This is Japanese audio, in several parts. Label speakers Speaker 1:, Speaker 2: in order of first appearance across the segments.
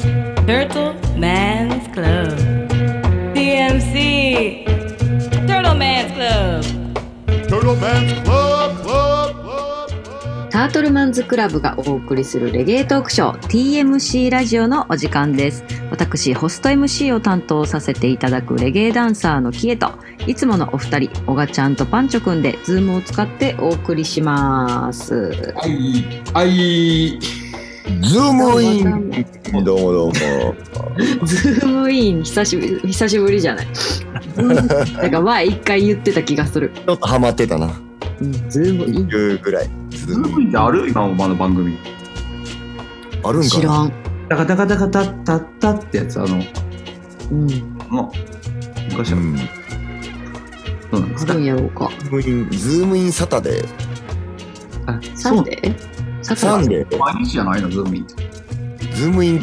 Speaker 1: Turtle Man's Club. TMC. Turtle Man's Club.
Speaker 2: Turtle Man's Club, Club, Club, Club.
Speaker 3: タートルマンズクラブがお送りするレゲエトークショー TMC ラジオのお時間です。私、ホスト MC を担当させていただくレゲエダンサーのキエと、いつものお二人、オガちゃんとパンチョくんで、ズームを使ってお送りします。
Speaker 4: はい、はい、
Speaker 5: ズームイ
Speaker 3: どうも
Speaker 5: ンどうもどうも。
Speaker 3: ズームイン、久しぶり、久しぶりじゃない。なんか前一回言ってた気がする。
Speaker 5: ちょっとハマってたな。
Speaker 3: うんズームイン。
Speaker 5: いうぐらい。ズ
Speaker 4: ズ
Speaker 5: ー
Speaker 4: ー
Speaker 5: ム
Speaker 4: ムインってある今の番組。
Speaker 5: あるんか
Speaker 3: 知
Speaker 5: な
Speaker 3: らん。
Speaker 4: ダカダカダカタッタッタってやつ、あの、
Speaker 3: うん。
Speaker 4: の昔
Speaker 5: う
Speaker 4: は
Speaker 5: ん
Speaker 4: どうなんで
Speaker 3: あ
Speaker 4: すか
Speaker 3: るんやろうか。
Speaker 5: ズームイン、ズームインサタデー。
Speaker 4: あ
Speaker 3: サ
Speaker 4: そ
Speaker 3: ン
Speaker 4: う、
Speaker 3: デーサ
Speaker 5: サ
Speaker 3: タ
Speaker 5: ン
Speaker 3: デー
Speaker 5: デー。
Speaker 4: 毎日じゃないの、ズームインって。
Speaker 5: ズームイン。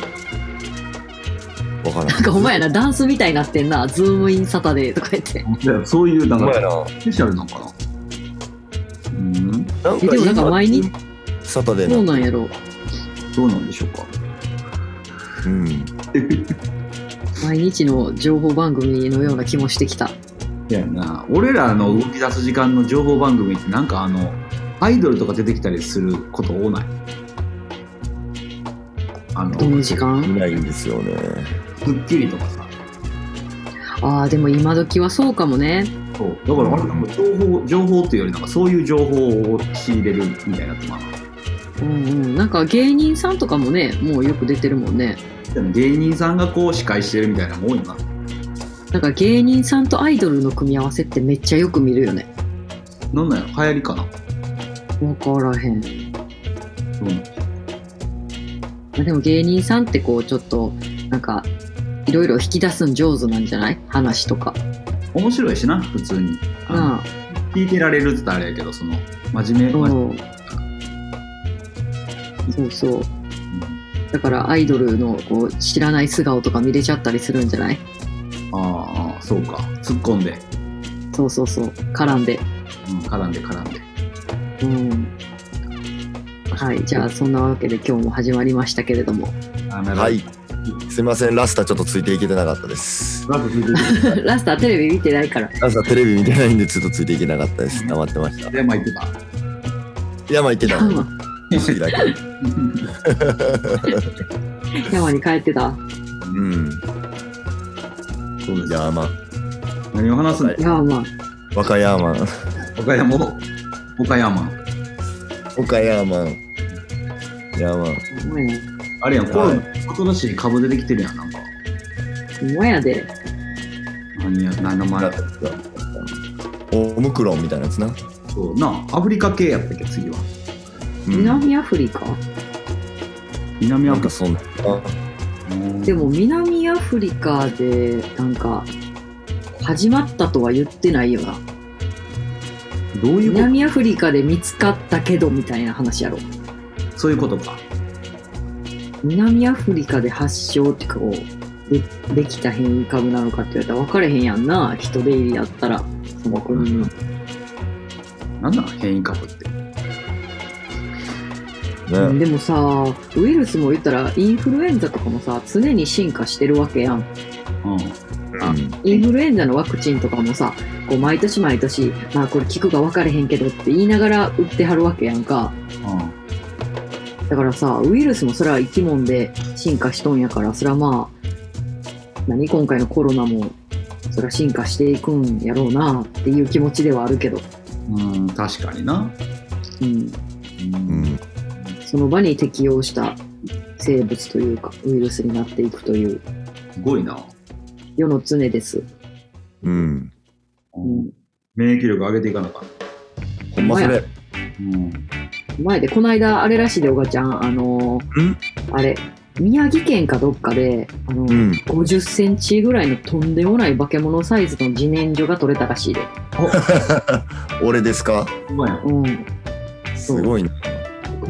Speaker 5: わからん。
Speaker 3: なんかお前らダンスみたいになってんな。ズームインサタデーとか言って。
Speaker 4: いやそういう、な
Speaker 5: ほん
Speaker 4: ん
Speaker 5: まや
Speaker 4: か、
Speaker 5: な。
Speaker 4: スペシャルなのかなうん、
Speaker 5: なん
Speaker 3: えでもなんか前に
Speaker 5: 今。サタデー
Speaker 3: どう
Speaker 5: な。
Speaker 3: なんやろう。
Speaker 4: どうなんでしょうか。
Speaker 5: うん。
Speaker 3: 毎日の情報番組のような気もしてきた。
Speaker 4: いやな、俺らの動き出す時間の情報番組って、なんかあの、アイドルとか出てきたりすること多ない。あの、
Speaker 3: どの時間
Speaker 5: 見ないんですよね。
Speaker 4: スッキリとかさ。
Speaker 3: ああ、でも今時はそうかもね。
Speaker 4: そうだからあれなんか情報情報っていうよりなんかそういう情報を仕入れるみたいなやつもある
Speaker 3: うんうん。なんか芸人さんとかもね、もうよく出てるもんね。
Speaker 4: でも芸人さんがこう司会してるみたいなのも多いのか
Speaker 3: なんか芸人さんとアイドルの組み合わせってめっちゃよく見るよね。
Speaker 4: ななんなんやろ流行りかな
Speaker 3: わからへん。
Speaker 4: うん
Speaker 3: まあでも芸人さんってこうちょっとなんかいろいろ引き出すん上手なんじゃない話とか。
Speaker 4: 面白いしな普通にあの
Speaker 3: なあ
Speaker 4: 聞いてられるって言ったらあれやけどその真面目、
Speaker 3: う
Speaker 4: 真面
Speaker 3: んそうそう。だからアイドルのこう知らない素顔とか見れちゃったりするんじゃない
Speaker 4: 目ああそうか突っ込んで、
Speaker 3: そうそうそう。絡んで。
Speaker 4: うん、絡んで絡んで
Speaker 3: うん。はい。じゃあそんなわけで今日も始まりましたけれども。
Speaker 4: あなるほど
Speaker 5: はい。すいません、ラスタちょっとついていけてなかったです。
Speaker 4: まず聞いてる
Speaker 3: ラスターテレビ見てないから。
Speaker 5: ラスタテレビ見てないんで、ちょっとついていけなかったです。黙ってました。
Speaker 4: 山行ってた
Speaker 5: 山行ってたの。
Speaker 3: 山
Speaker 5: 意識だけ。
Speaker 3: 山に帰ってた。
Speaker 5: うん。
Speaker 4: そうです
Speaker 5: じゃあまあ、
Speaker 4: 何を話すんだよ
Speaker 3: 山。まあ
Speaker 5: 若山。
Speaker 4: 岡山を岡山
Speaker 5: 岡山。山。
Speaker 3: ほんまや。
Speaker 4: あれやんコロナ新しい株出てきてるやんなんか
Speaker 3: ほんまやで。
Speaker 4: 何や何の前やった
Speaker 5: オムクロンみたいなやつな。
Speaker 4: そうなあアフリカ系やったっけ次は
Speaker 5: うん
Speaker 3: 南アフリカ、
Speaker 4: 南ア
Speaker 5: なん
Speaker 4: フ
Speaker 5: か
Speaker 4: リ
Speaker 5: そんな。
Speaker 4: カうん
Speaker 3: でも南アフリカでなんか始まったとは言ってないよな
Speaker 4: どういうこ
Speaker 3: 南アフリカで見つかったけどみたいな話やろ
Speaker 4: とそういうことか
Speaker 3: 南アフリカで発症ってこうでできた変異株なのかって言われたら分かれへんやんな人出入りやったらその国の
Speaker 4: なんだ変異株って
Speaker 3: うん
Speaker 5: ね。
Speaker 3: でもさウイルスも言ったらインフルエンザとかもさ常に進化してるわけやん
Speaker 4: うん
Speaker 3: インフルエンザのワクチンとかもさこう毎年毎年まあこれ効くか分かれへんけどって言いながら打ってはるわけやんか、
Speaker 4: う
Speaker 3: だからさウイルスもそれは生き物で進化しとんやからそれはまあ何今回のコロナもそれは進化していくんやろうなっていう気持ちではあるけど、
Speaker 4: んうん確かにな
Speaker 3: うん、
Speaker 4: う
Speaker 5: うんん。
Speaker 3: その場に適応した生物というかウイルスになっていくという
Speaker 4: すごいな
Speaker 3: 世の常です。
Speaker 5: うん。
Speaker 3: うん、
Speaker 4: 免疫力上げていかなあかっ
Speaker 5: ほんまそれ。
Speaker 4: うん
Speaker 3: 前でこの間あれらしいでおがちゃんあのー
Speaker 5: ん
Speaker 3: あれ宮城県かどっかであのー、
Speaker 5: うん。
Speaker 3: 50センチぐらいのとんでもない化け物サイズの自然薯が取れたらしいで。
Speaker 5: 俺ですか
Speaker 4: うまいや
Speaker 3: うん
Speaker 5: すごいね。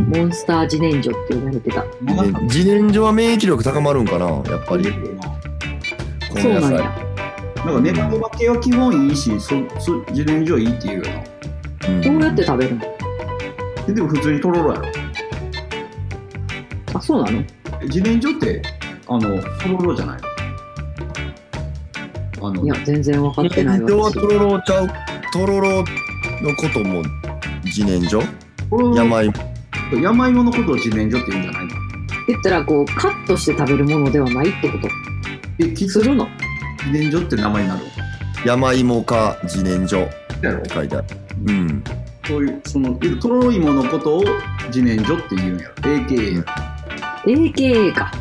Speaker 3: モンスター自然薯って言われてた。
Speaker 4: 長かっ
Speaker 5: え自然薯は免疫力高まるんかなやっぱ
Speaker 4: た
Speaker 5: り。こ
Speaker 3: そう
Speaker 5: の
Speaker 3: な
Speaker 5: 野
Speaker 3: ん
Speaker 5: 菜。
Speaker 3: や。
Speaker 4: なんかネバネバ系は基本いいしそそ自然薯いいって言うよな
Speaker 3: どうやって
Speaker 5: た
Speaker 3: 食べるの
Speaker 4: えでも普通にとろろやろ
Speaker 3: あ、そうなの
Speaker 4: え自然薯ってあの、トロロじゃないあの
Speaker 3: いや、全然分かってない
Speaker 5: 念書は
Speaker 3: 私
Speaker 5: とろろちゃう、とろろのことも自然薯
Speaker 4: トロロ
Speaker 5: 山芋。
Speaker 4: 山芋のことを自然薯って言うんじゃないの
Speaker 3: 言ったら、こう、カットして食べるものではないってこと。
Speaker 4: え、き
Speaker 3: す
Speaker 4: つ
Speaker 3: るの。
Speaker 4: 自然薯って名前になる
Speaker 5: 山芋か自然薯っ
Speaker 4: だろ
Speaker 5: て書いてある。うん。
Speaker 4: そういう、その、とろろ芋のことを自然薯って言うんやろ。AKA や。
Speaker 3: AKA か。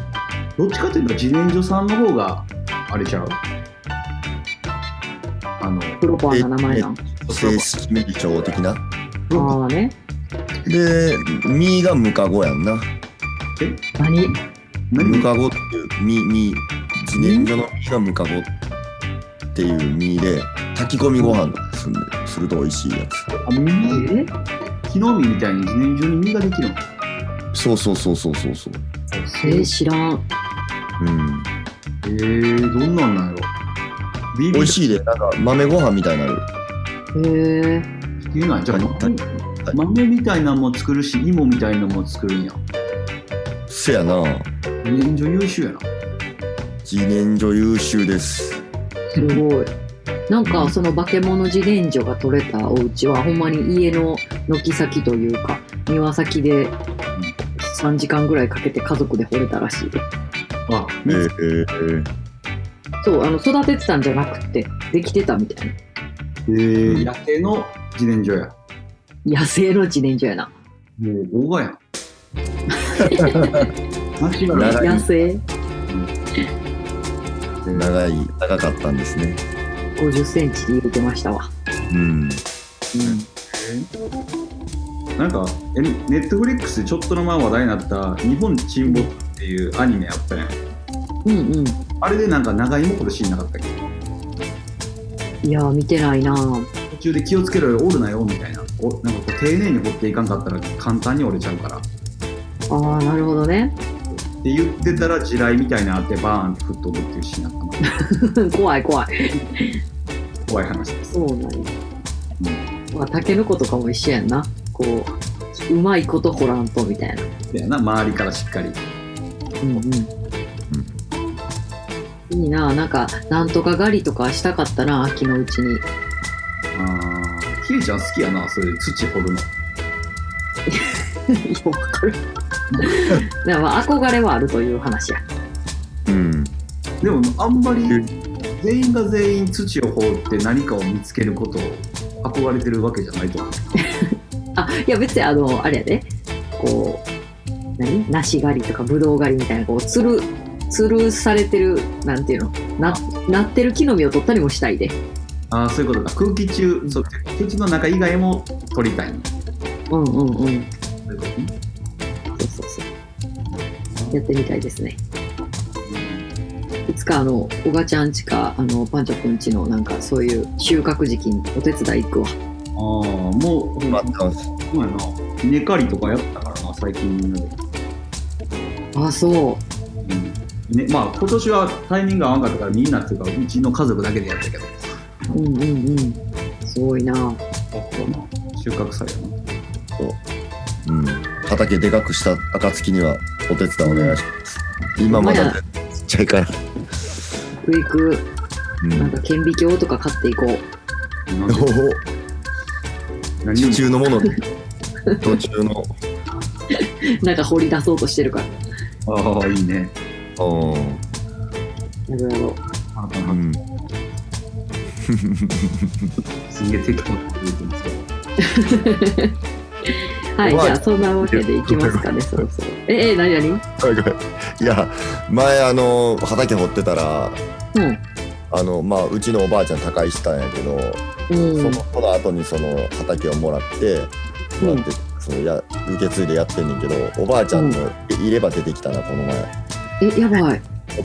Speaker 4: どっちかというと自然薯さんの方が、あれちゃうあの、
Speaker 3: プロパーな名前なん。
Speaker 5: 正式名称的な。
Speaker 3: ああね。
Speaker 5: で、ミがムカゴやんな。
Speaker 3: 何
Speaker 5: ム
Speaker 4: 何
Speaker 5: カゴっていう、ミ、ミ、自然薯のミがムカゴっていうミで、炊き込みご飯すんですると美味しいや
Speaker 4: あ、耳
Speaker 3: え
Speaker 4: 木の実みたいに自然薯に実ができるの
Speaker 5: つ。そうそうそうそうそうそう。
Speaker 3: えー、知らん。
Speaker 5: うん。
Speaker 4: えー、どんなんなんやろビビ
Speaker 5: 美味しいで、なんか豆ご飯みたいになる。
Speaker 3: えー、
Speaker 4: っていうのはじゃあ豆
Speaker 5: はい
Speaker 4: 豆みたいなのも作るし芋みたいなのも作るんや
Speaker 5: せやな。
Speaker 4: 自然薯優秀やな
Speaker 5: 自然薯優秀です。
Speaker 3: すごい。なんか、その化け物自然薯が取れたお家は、ほんまに家の軒先というか、庭先で3時間ぐらいかけて家族で掘れたらしいで。
Speaker 4: あ
Speaker 5: え
Speaker 4: え
Speaker 5: ーえー
Speaker 3: そう、あの、育ててたんじゃなくて、できてたみたいな。
Speaker 4: ー、野生の自然薯や
Speaker 3: 野生の自然薯やな。
Speaker 4: もう大賀や んナチュラル
Speaker 5: 長い
Speaker 3: 野生
Speaker 5: 長い、長かったんですね。
Speaker 3: 50センチで入れてましたわ。
Speaker 5: うん。
Speaker 4: なんかえネットフリックスでちょっとの前話題になった「日本沈没」っていうアニメあったやん
Speaker 3: うんうん。
Speaker 4: あれでなんか長芋こるシーンなかったっけ
Speaker 3: いやー、見てないなぁ。
Speaker 4: 途中で気をつけろよ折るなよみたいなおなんかこう丁寧に掘っていかんかったら簡単に折れちゃうから
Speaker 3: ああ、なるほどね。
Speaker 4: って言ってたら地雷みたいなのあってバーンって吹っ飛ぶっていうシーンだったの
Speaker 3: 怖い怖い。
Speaker 4: 怖い話です、
Speaker 3: そうなんや。まあ、タケノコとかも一緒やんな。こう、うまいこと掘らんとみたいな。
Speaker 4: うん、だよな周りからしっかり
Speaker 3: うんうん。いいなぁ。なんか、なんとか狩りとかしたかったな、秋のうち に。
Speaker 4: あーひえちゃん好きやなそれで土掘るの
Speaker 3: よくわかる。 だからまあ憧れはあるという話や。
Speaker 5: うん。
Speaker 4: でもあんまり全員が全員土を掘って何かを見つけることを憧れてるわけじゃないと思う
Speaker 3: あいや別にあのあれやでこう何梨狩りとかぶどう狩りみたいなこうつるつるされてるなんていうのななってる木の実を取ったりもしたいで
Speaker 4: ああそういうことか空気中そう土の中以外も取りたい
Speaker 3: うんうんうん
Speaker 4: そういうことね
Speaker 3: そうそうそうやってみたいですねいつかあのおがちゃんちかあのパンチョくんちのなんかそういう収穫時期にお手伝い行くわ
Speaker 4: ああもう
Speaker 5: 待ってます。
Speaker 4: そうやな稲刈りとかやったからな最近みんなで、
Speaker 3: あそう
Speaker 4: うんね、まあ今年はタイミング合わなかったからみんなっていうかうちの家族だけでやったけど
Speaker 3: うんうんうんすごいな
Speaker 4: 収穫祭やな
Speaker 5: うん、畑でかくした暁にはお手伝いお願いします。今まだねちっちゃいから。
Speaker 3: 行く行く
Speaker 5: うん、
Speaker 3: なんか顕微鏡とか買っていこう
Speaker 4: なんで
Speaker 5: おお
Speaker 4: 何
Speaker 5: 途
Speaker 4: で
Speaker 5: 中のもので。途中の。
Speaker 3: なんか掘り出そうとしてるから。
Speaker 4: もああいいね
Speaker 5: お
Speaker 3: やろうやろ
Speaker 4: あなた
Speaker 5: う
Speaker 4: の
Speaker 5: ん。
Speaker 4: すげえ適当なこと言ってますけど
Speaker 3: うはい、じ
Speaker 5: うまい
Speaker 3: ゃあそんなわけでいきま すかね、そろそろ。え、え、何何
Speaker 5: はいはいいや前あの畑掘ってたら
Speaker 3: うん。
Speaker 5: あのまあうちのおばあちゃん他界したんやけど、
Speaker 3: うん
Speaker 5: そのその後にその畑をもらって。もらってそのや受け継いでやってんねんけどおばあちゃんのいれば出てきたなこの前
Speaker 3: え、やばい。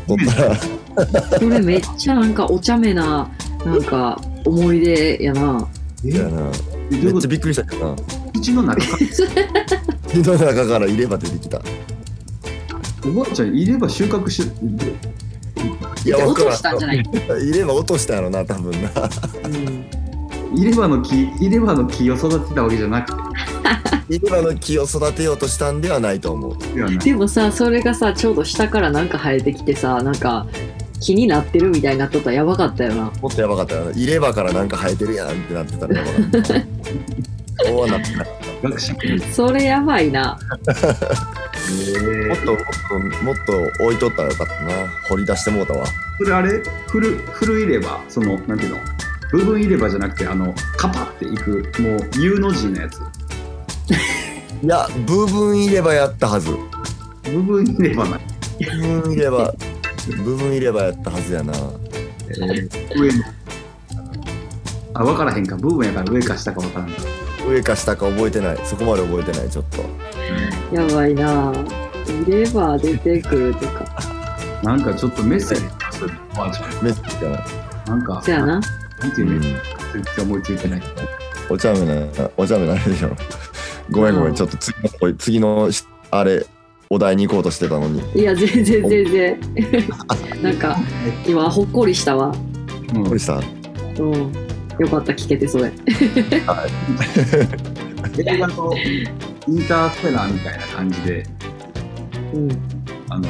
Speaker 5: 掘ったら
Speaker 3: これめっちゃなんかお茶目な、な んか思い出やな。
Speaker 4: え
Speaker 5: いやな
Speaker 4: えどうい
Speaker 5: め
Speaker 4: う
Speaker 5: っ
Speaker 4: こ
Speaker 5: ちゃ
Speaker 4: と
Speaker 5: びっくりしたけどな
Speaker 4: 口の中か
Speaker 5: 井の中から入れ歯出てきた。
Speaker 4: おばあちゃんいれば収穫して
Speaker 5: いや、
Speaker 3: 落
Speaker 5: わから
Speaker 3: と
Speaker 5: ん
Speaker 3: したんじゃない、
Speaker 5: 入れ歯落としたやろな、多分な。
Speaker 3: うん、
Speaker 4: いればの木いればの木を育てたわけじゃなくて
Speaker 5: 今の木を育てようとしたんではないと思う。
Speaker 4: ではない
Speaker 3: でもさそれがさちょうど下からなんか生えてきてさなんか気になってるみたいになっとったらやばかったよな
Speaker 5: もっとやばかったよな。入れ歯からなんか生えてるやんってなってたらやばかった。そうはなってない。
Speaker 4: 学習へ
Speaker 3: それやばいな
Speaker 5: も
Speaker 4: え
Speaker 5: っともっともっと置いとったらよかったな。掘り出してもうたわ。
Speaker 4: それあれフルフル入ればそのなんていうの部分入ればじゃなくてあのカパっていくもう U の字のやつ
Speaker 5: いや、部分入れ歯やったはず。
Speaker 4: 部分入ればない、
Speaker 5: 部分入れ歯、部分入れ歯やったはずやな。
Speaker 4: えー上のあ分からへんか部分やから上か下か分からんか
Speaker 5: 上か下か覚えてない。そこまで覚えてない、ちょっと。
Speaker 3: やばいなレバー出てくるとか
Speaker 4: なんかちょっとメッセージ出すおばあちゃ
Speaker 5: メッセージかな。
Speaker 4: んなんか
Speaker 3: そやな
Speaker 4: なんて
Speaker 5: う
Speaker 4: いうメッ
Speaker 5: ん
Speaker 4: セージ全然思いついてないけど
Speaker 5: お茶目な、お茶目なあれでしょ。 ごめんごめ
Speaker 3: うん
Speaker 5: ん、ちょっと次の声、次のし、あれ、お題に行こうとしてたのに。
Speaker 3: いや全然全 然なんか今ほっこりしたわ
Speaker 4: うん
Speaker 5: これさ、
Speaker 3: うんよかった聞けてそれ
Speaker 4: 映画のインターステラーみたいな感じで
Speaker 3: うん
Speaker 4: あの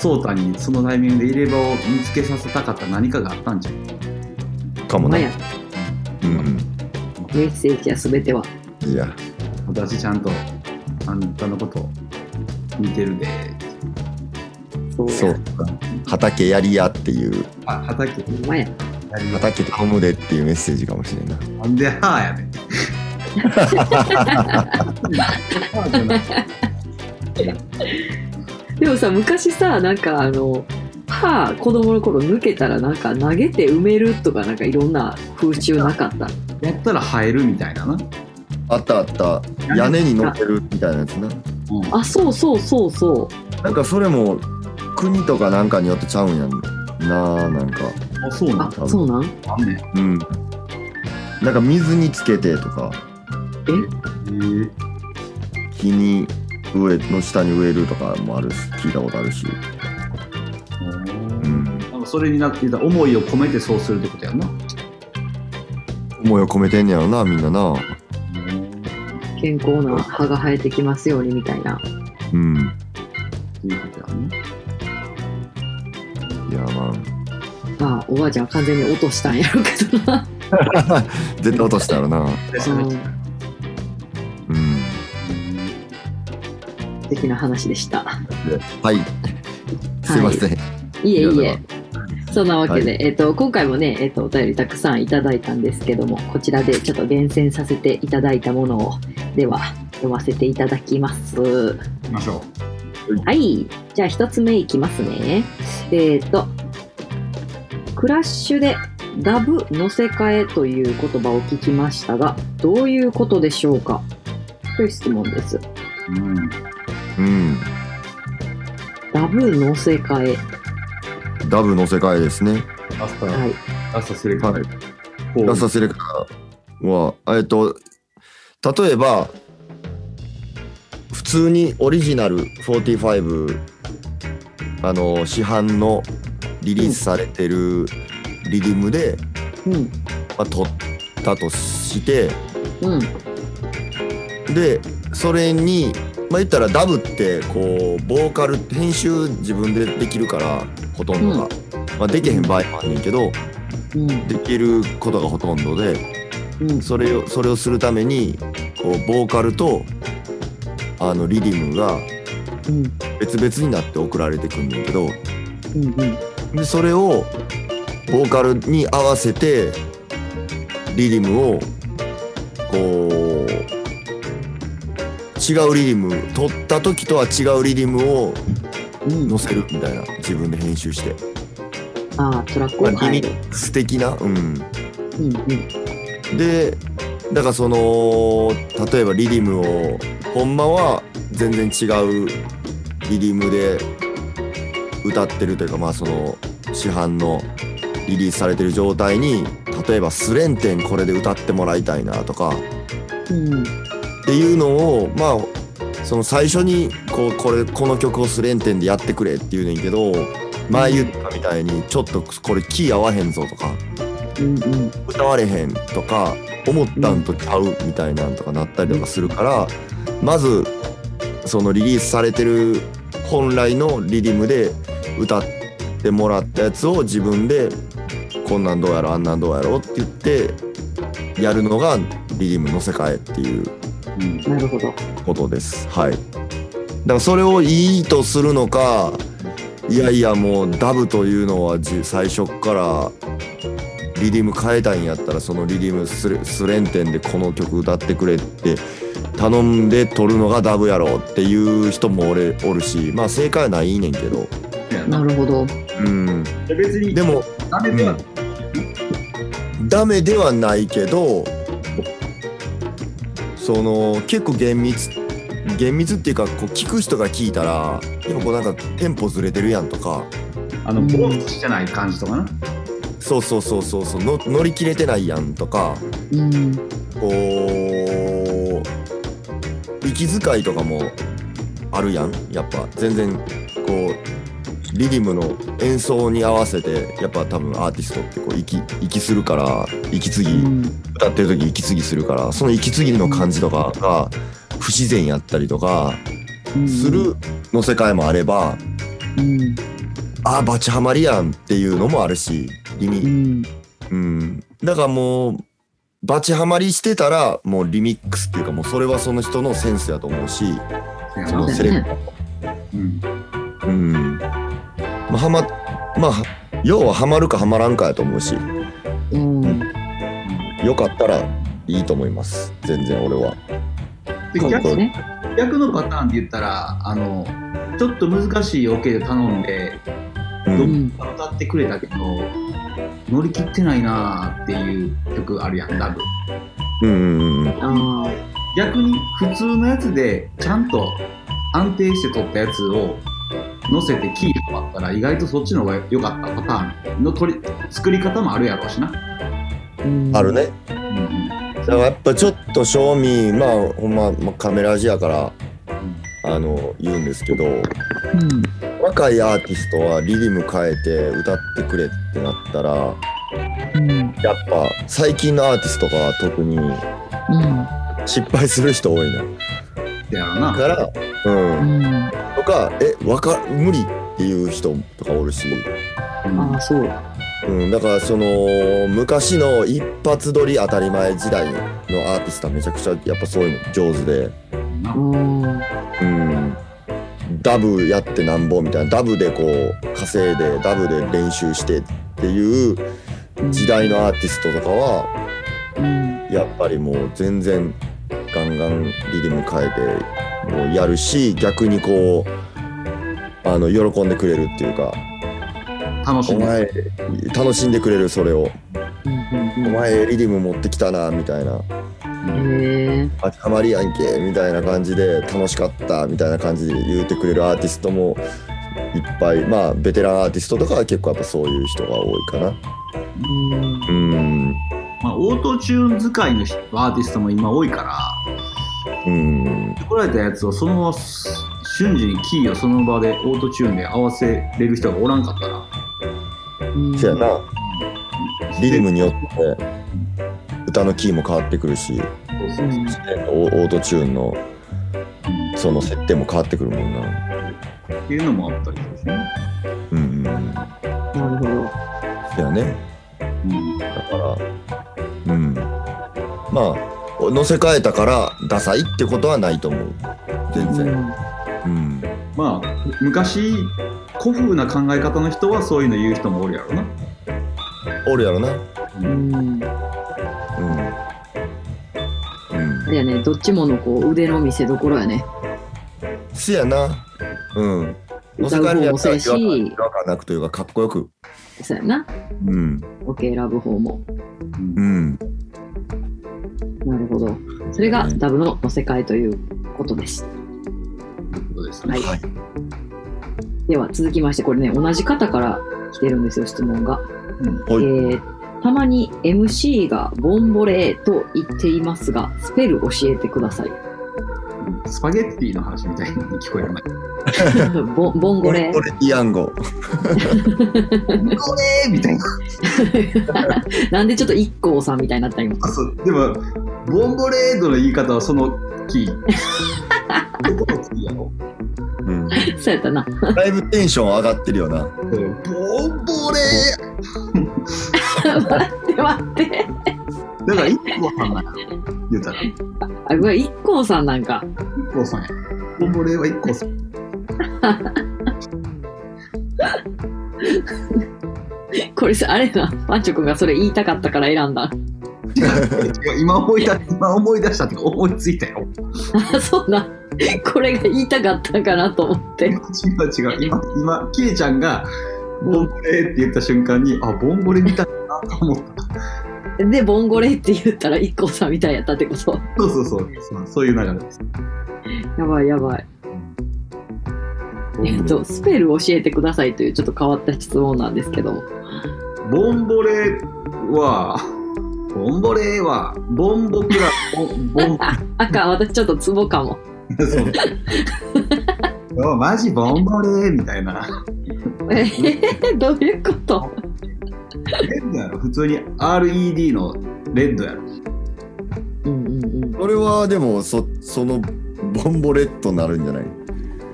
Speaker 4: ソータにそのタイミングで入れ歯を見つけさせたかった何かがあったんじゃん
Speaker 5: かも
Speaker 3: ま
Speaker 5: な
Speaker 3: や。
Speaker 5: うん。
Speaker 3: メッセージや全てはい
Speaker 5: や、
Speaker 4: 私ちゃんとあんたのこと見てるで
Speaker 3: そうや
Speaker 5: そう。畑やりやっていう、
Speaker 4: あ畑
Speaker 3: ほんまや
Speaker 5: 畑頼むでっていうメッセージかもしれんな。
Speaker 4: なんではあやねんは あじゃない
Speaker 3: でもさ昔さなんかあの歯子供の頃抜けたらなんか投げて埋めるとかなんかいろんな風習なかった
Speaker 4: やったら生えるみたいなな、
Speaker 5: あったあった。屋根に乗ってるみたいなやつな。
Speaker 4: うん
Speaker 3: あそうそうそうそ
Speaker 5: なんかそれも、国とかなんかによってちゃうんやんな。なんか。
Speaker 4: あそう
Speaker 3: う
Speaker 4: な
Speaker 3: あ
Speaker 4: んだ
Speaker 3: そうなん
Speaker 4: あんねんへ
Speaker 5: うん。なんか水につけてとか、
Speaker 4: え
Speaker 5: 木に植え、の下に植えるとかもあるし、聞いたことあるし。うん。
Speaker 4: なんかそれになっていた思いを込めてそうするってことやんな
Speaker 5: 思いを込めてんねやろなみんなな
Speaker 3: 健康な歯が生えてきますようにみたいな
Speaker 5: うん
Speaker 4: っていうことやんね
Speaker 5: いやまあ
Speaker 3: まあおばあちゃん完全に落としたんやろうけどな
Speaker 5: 絶対落としたやろな
Speaker 3: うん
Speaker 5: うん
Speaker 3: 素敵な話でした
Speaker 5: ではいすいません、
Speaker 3: いえ
Speaker 5: い
Speaker 3: い
Speaker 5: や
Speaker 3: えそんなわけで、えっと今回もね、えっとお便りたくさんいただいたんですけどもこちらでちょっと厳選させていただいたものをでは読ませていただきます
Speaker 4: 行きましょう
Speaker 3: はい。じゃあ一つ目いきますね。えっ、と、クラッシュでダブ乗せ替えという言葉を聞きましたが、どういうことでしょうかという質問です。
Speaker 4: うん
Speaker 5: うん
Speaker 3: ダブ乗せ替え。
Speaker 5: ダブの世界ですね
Speaker 4: ラストや
Speaker 3: はい。
Speaker 4: ラストセレクト
Speaker 5: はい
Speaker 4: こう
Speaker 5: ラストセレクターはえっと例えば普通にオリジナル45あの市販のリリースされてるリズムで、
Speaker 3: うん。
Speaker 5: まあ、取ったとして、
Speaker 3: うん。
Speaker 5: でそれにまあ言ったらダブってこうボーカル編集自分でできるからほとんどが、まあ、できへん場合もあんねんけど
Speaker 3: うん。
Speaker 5: できることがほとんどで
Speaker 3: うん。
Speaker 5: それをそれをするためにこうボーカルとあのリディムが
Speaker 3: うん。
Speaker 5: 別々になって送られてくんねんけど
Speaker 3: うん。うん。
Speaker 5: でそれをボーカルに合わせてリディムをこう違うリディム取った時とは違うリディムを
Speaker 3: うん。
Speaker 5: 載せるみたいな自分で編集して、
Speaker 3: ああ、トラック
Speaker 5: まあ、
Speaker 3: を
Speaker 5: リ
Speaker 3: 変え
Speaker 5: ミ
Speaker 3: る。
Speaker 5: ックス的なうん
Speaker 3: うん。
Speaker 5: でだからその例えばリディムをほんまは全然違うリディムで歌ってるというかまあその市販のリリースされてる状態に例えば「スレンテンこれで歌ってもらいたいな」とか
Speaker 3: うん。うん。
Speaker 5: っていうのをまあその最初にこうこれこの曲をスレンテンでやってくれって言うねんけど前言ったみたいにちょっとこれキー合わへんぞとか
Speaker 3: うんうん
Speaker 5: 歌われへんとか思ったんとちゃうみたいなんとかなったりとかするから、まずそのリリースされてる本来のリリムで歌ってもらったやつを自分でこんなんどうやろあんなんどうやろって言ってやるのがリリムの世界っていう
Speaker 4: うん
Speaker 3: なるほど
Speaker 5: ことです。はい。だからそれをいいとするのか、いやいやもうダブというのはじ最初っからリリム変えたいんやったらそのリリムスレスレンテンでこの曲歌ってくれって頼んで撮るのがダブやろっていう人も俺おるし、まあ正解はないねんけど。
Speaker 4: そうやな
Speaker 3: なるほ
Speaker 5: う
Speaker 3: ど
Speaker 5: ん。
Speaker 4: で別に
Speaker 5: でも
Speaker 4: 誰では
Speaker 5: ダメではないけどその結構厳密厳密っていうかこう聞く人が聞いたらやっぱこうなんかテンポずれてるやんとか
Speaker 4: あのボーンとしてない感じとかな
Speaker 5: そうそうそうそうそうの乗り切れてないやんとか
Speaker 3: うん
Speaker 5: こう息遣いとかもあるやんやっぱ全然こうリリムの演奏に合わせてやっぱ多分アーティストってこう息息するから息継ぎ
Speaker 3: うん
Speaker 5: 歌ってる時息継ぎするからその息継ぎの感じとかが不自然やったりとか
Speaker 3: うん
Speaker 5: するの世界もあれば、
Speaker 3: うん
Speaker 5: ああバチハマりやんっていうのもあるしリ
Speaker 3: う
Speaker 5: ミ、
Speaker 3: ん
Speaker 5: うん、だからもうバチハマりしてたらもうリミックスっていうかもうそれはその人のセンスやと思うし
Speaker 4: そうや
Speaker 5: その
Speaker 4: な
Speaker 5: セレクト
Speaker 4: うん
Speaker 5: うんまあハマまあ要はハマるかハマらんかやと思うし
Speaker 3: うん
Speaker 5: よかったらいいと思います全然俺は。
Speaker 4: で
Speaker 3: そうで
Speaker 4: 逆
Speaker 3: すね
Speaker 4: 逆のパターンで言ったらあのちょっと難しいオ、ケで頼んで
Speaker 5: う
Speaker 3: うんん
Speaker 4: 歌ってくれたけど乗り切ってないなーっていう曲あるやんダブ
Speaker 5: うんうんうん
Speaker 3: ああ
Speaker 4: 逆に普通のやつでちゃんと安定して撮ったやつを乗せてキーハマったら意外とそっちの方が良かったパターンの取り作り方もあるやろうしな、
Speaker 3: うん
Speaker 5: あるね。
Speaker 4: うんうん
Speaker 5: だからやっぱちょっと賞味まあほんま、まあカメラアジアからあの言うんですけど
Speaker 3: うん
Speaker 5: 若いアーティストはリリム変えて歌ってくれってなったら
Speaker 3: うん
Speaker 5: やっぱ最近のアーティストが特に
Speaker 3: う
Speaker 5: 失敗する人多いな
Speaker 4: でやろうな
Speaker 5: からうん
Speaker 3: んうん
Speaker 5: とかえわか無理っていう人とかおるし、
Speaker 3: ああそう
Speaker 5: うん、だからその昔の一発撮り当たり前時代のアーティストはめちゃくちゃやっぱそういうの上手で。
Speaker 4: うんな
Speaker 3: うん
Speaker 5: うん、ダブやってなんぼみたいなダブでこう稼いでダブで練習してっていう時代のアーティストとかは
Speaker 3: うん
Speaker 5: やっぱりもう全然ガンガンリリム変えてもうやるし逆にこうあの喜んでくれるっていうか「
Speaker 4: 楽し
Speaker 5: お
Speaker 4: み
Speaker 5: 前楽しんでくれるそれを
Speaker 3: うん
Speaker 5: お前リリム持ってきたな」みたいな
Speaker 3: へえ
Speaker 5: あたまりやんけみたいな感じで楽しかったみたいな感じで言うてくれるアーティストもいっぱいまあベテランアーティストとかは結構やっぱそういう人が多いかな
Speaker 3: うん
Speaker 5: うん
Speaker 4: まあ、オートチューン使いの人アーティストも今多いから
Speaker 5: うん
Speaker 4: 作られたやつをそのまま瞬時にキーをその場でオートチューンで合わせれる人がおらんかったら
Speaker 3: うん
Speaker 5: そやなリズムによって歌のキーも変わってくるし
Speaker 4: そう
Speaker 3: う
Speaker 4: そうそうん
Speaker 5: オオートチューンのその設定も変わってくるもんな
Speaker 4: っていうのもあったりするしね、
Speaker 5: うんうん
Speaker 3: なるほど
Speaker 5: そやね
Speaker 4: うん
Speaker 5: だからうんまあ乗せ替えたからダサいってことはないと思う全然うん
Speaker 4: まあ昔古風な考え方の人はそういうの言う人もおるやろな、
Speaker 5: おるやろな
Speaker 3: う
Speaker 4: うん
Speaker 3: んうんあ
Speaker 5: うん。うん。
Speaker 3: れやねどっちものこう腕の見せ所やね
Speaker 5: せやな。うん。乗せ
Speaker 3: 歌う
Speaker 5: 替える
Speaker 3: 方
Speaker 5: や
Speaker 3: も
Speaker 5: つ
Speaker 3: せ
Speaker 5: は
Speaker 3: や
Speaker 5: 違和感
Speaker 3: し
Speaker 5: 違和感なくというか、かっこよく。
Speaker 3: そうやな
Speaker 5: うん。
Speaker 3: オケ選ぶ方も
Speaker 4: うん
Speaker 5: うん。
Speaker 3: なるほどそれがダブのの世界ということです
Speaker 4: ということですね、
Speaker 3: はいでは続きましてこれね同じ方から来てるんですよ質問が
Speaker 4: うん
Speaker 5: はい
Speaker 3: えーたまに MC がボンボレーと言っていますがスペル教えてください
Speaker 4: スパゲッティの話みたいに聞こえるな。
Speaker 3: ボボンゴレ
Speaker 5: これイアンゴ。
Speaker 4: これみたいな。
Speaker 3: なんでちょっと一光さんみたいになった今
Speaker 4: あそうでも、ボンボレードの言い方はそのキー。ここのキーやろ
Speaker 5: うん。
Speaker 3: そうやったな
Speaker 5: だいぶテンション上がってるよな。
Speaker 4: ボンボレー
Speaker 3: 待って待って
Speaker 4: だから、一個さんなの言うたら、一
Speaker 3: あこれ一光さんなんか
Speaker 4: 個さんや。ボンボレーは一個さん。
Speaker 3: これさあれなパンチョ君がそれ言いたかったから選んだ
Speaker 4: 違う、違う今思い出した、今思い出したっていうか思いついたよ。
Speaker 3: あそうなこれが言いたかったかなと思って
Speaker 4: 違う違う、今、今、キエちゃんが、ボンボレーって言った瞬間に、あ、ボンボレー見たいなと思った。
Speaker 3: でボンゴレって言ったら一光さんみたいやったってこと
Speaker 4: そうそうそう、そうそういう流れです。
Speaker 3: やばいやばいえっとスペル教えてくださいというちょっと変わった質問なんですけども
Speaker 4: ボンボレは、ボンボレは、ボンボクラ、ボン、 ボン、
Speaker 3: あかん私ちょっとツボかも
Speaker 4: そうおマジボンボレみたいな。
Speaker 3: えー、どういうこと
Speaker 4: レッドやろ、普通に RED のレッドやろ。
Speaker 3: うんうんうん
Speaker 5: これはでもそそのボンボレットになるんじゃない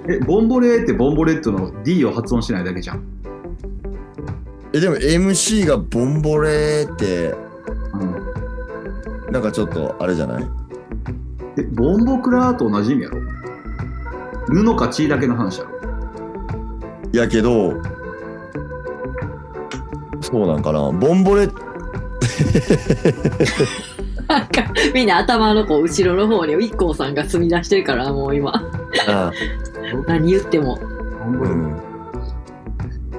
Speaker 4: え、ボンボレってボンボレッドの D を発音しないだけじゃん。
Speaker 5: えでも MC がボンボレーって
Speaker 4: うん
Speaker 5: なんかちょっとあれじゃない
Speaker 4: え、ボンボクラと同じ意味やろ。布か血だけの話やろ。
Speaker 5: やけどそうなんかなボンボレ
Speaker 3: なんかみんな頭のこう後ろの方に一光さんが住み出してるからもう今
Speaker 5: あ、
Speaker 3: 何言っても
Speaker 4: ボン
Speaker 5: う
Speaker 4: ボレ
Speaker 5: ん、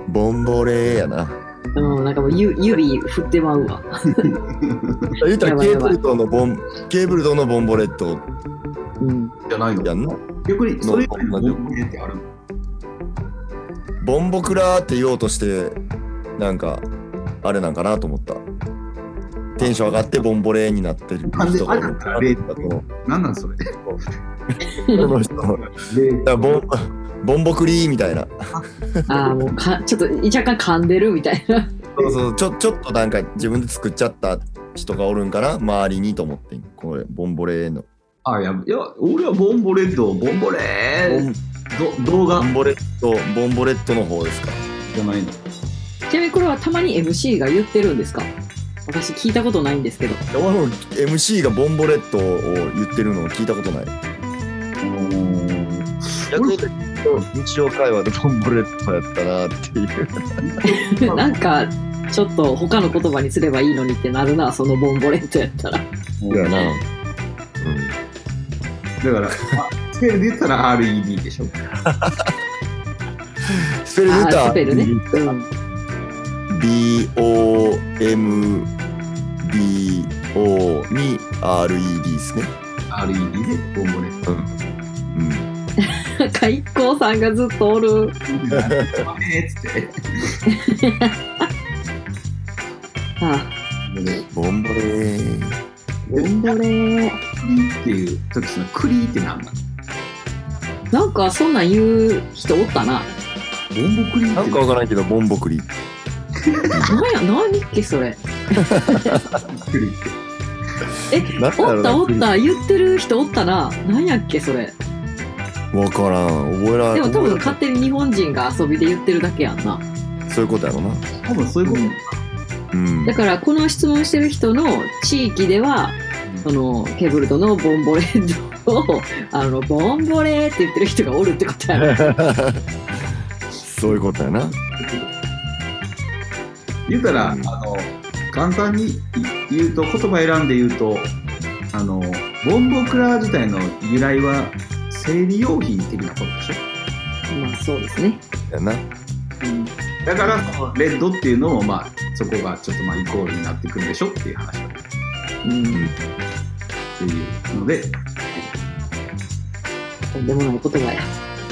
Speaker 5: ボンボレーやな
Speaker 3: うんなんかもうゆ指振ってまうわ
Speaker 5: 言ったら
Speaker 3: やばい
Speaker 5: ケ
Speaker 3: や
Speaker 5: ーブ
Speaker 3: ばい
Speaker 5: ルトンのボンケーブルトンのボンボレット
Speaker 3: うん
Speaker 4: じゃないの
Speaker 5: やんな
Speaker 4: 逆に、それ以外のボンボレってあるの
Speaker 5: ボンボクラーって言おうとしてなんかあれなんかなと思ったテンション上がってボンボレーになってる人がいるのかなと思った
Speaker 4: なんなんそれ。
Speaker 5: その人だか
Speaker 4: レ
Speaker 5: らボンボンボクリーみたいな
Speaker 3: ああもうかちょっと若干噛んでるみたいな
Speaker 5: そうそうちょちょっとなんか自分で作っちゃった人がおるんかな周りにと思ってんこれボンボレーの
Speaker 4: あ、いや、いや、俺はボンボレッド、ボンボレ
Speaker 5: ボ
Speaker 4: ー
Speaker 5: ン
Speaker 4: ど動画
Speaker 5: ボンボレットボンボレットの方ですか
Speaker 4: じゃないの。
Speaker 3: ちなみにこれはたまに MC が言ってるんですか私聞いたことないんですけど
Speaker 5: いや俺も MC がボンボレットを言ってるのを聞いたことない日曜会話でボンボレットやったなっていう
Speaker 3: なんかちょっと他の言葉にすればいいのにってなるなそのボンボレットやったら
Speaker 5: やな、
Speaker 4: だから、あスペルで言ったら RED でしょ。
Speaker 5: スペル出
Speaker 3: あ
Speaker 5: た
Speaker 3: ースペルね、うん、
Speaker 5: BOMBO に RED ですね
Speaker 4: RED でボンボレッ
Speaker 5: うん
Speaker 3: なんか一光さんがずっとおる
Speaker 4: ド。えーっつって。
Speaker 3: あ
Speaker 5: ボンボレー
Speaker 3: ボンボレー
Speaker 4: クリーっていう時そのクリーってなんだ
Speaker 3: なんかそんなん言う人おったな
Speaker 4: ボンボクリーって
Speaker 5: なんかわからんけどボンボクリ
Speaker 3: なんや何っけそれ
Speaker 4: クリーって。
Speaker 5: なんだ
Speaker 3: お
Speaker 5: ろ
Speaker 3: っ
Speaker 5: うな
Speaker 3: たおった言ってる人おったな何やっけそれ
Speaker 5: わからん覚えら
Speaker 3: でも多分
Speaker 5: 覚
Speaker 3: 勝手に日本人が遊びで言ってるだけやんな
Speaker 5: えらんそういうことやろな
Speaker 4: 多分そういうこと。
Speaker 5: うん
Speaker 3: だからこの質問してる人の地域ではそのケーブルドのボンボレードを あのボンボレーって言ってる人がおるってこ とやろ
Speaker 5: そういうことやな
Speaker 4: 言うたら、あ
Speaker 5: うん
Speaker 4: の、簡単に言うと、言葉選んで言うと、あの、ボンボクラ自体の由来は生理用品的なことでしょ。
Speaker 3: まあそうですね、
Speaker 5: やな
Speaker 3: うん
Speaker 4: だからそのレッドっていうのもまあそこがちょっとまあイコールになってくるでしょっていう話っ
Speaker 3: うん、
Speaker 4: ていうので、
Speaker 3: とんでもない言葉や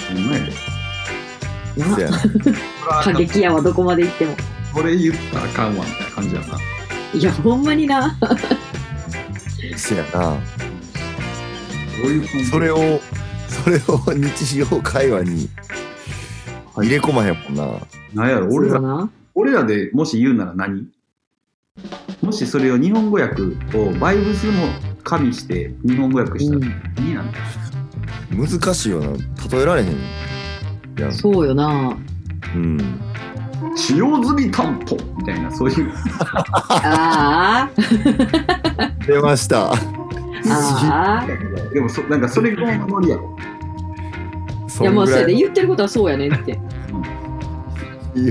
Speaker 4: ほんまやで
Speaker 5: そうや
Speaker 3: な
Speaker 5: な
Speaker 3: 過激やはどこまで行っても
Speaker 4: これ言ったらあかんわみたいな感じやな。
Speaker 3: いやほんまにな
Speaker 5: そうやな
Speaker 4: どういうコンテンツ
Speaker 5: それをそれを日常会話に入れ込まへんもんな。
Speaker 4: なんやろ
Speaker 3: そう
Speaker 4: 俺
Speaker 3: だ
Speaker 4: ら
Speaker 3: な。
Speaker 4: 俺らでもし言うなら何もしそれを日本語訳をバイブスも加味して日本語訳した
Speaker 3: う
Speaker 4: ら
Speaker 3: ん、
Speaker 4: 何やん
Speaker 5: 難しいよな。例えられへん。やん
Speaker 3: そうよな。
Speaker 5: うん。
Speaker 4: 使用済み担保みたいなそういう
Speaker 3: ああ、
Speaker 5: 出ました。
Speaker 3: ああ。
Speaker 4: でもそなんかそれぐらいのノリやろ
Speaker 5: そ
Speaker 3: いや、ま
Speaker 5: ん
Speaker 3: あ、
Speaker 5: ぐ
Speaker 3: そ
Speaker 5: ら
Speaker 3: れで
Speaker 5: い。
Speaker 3: 言ってることはそうやねんって。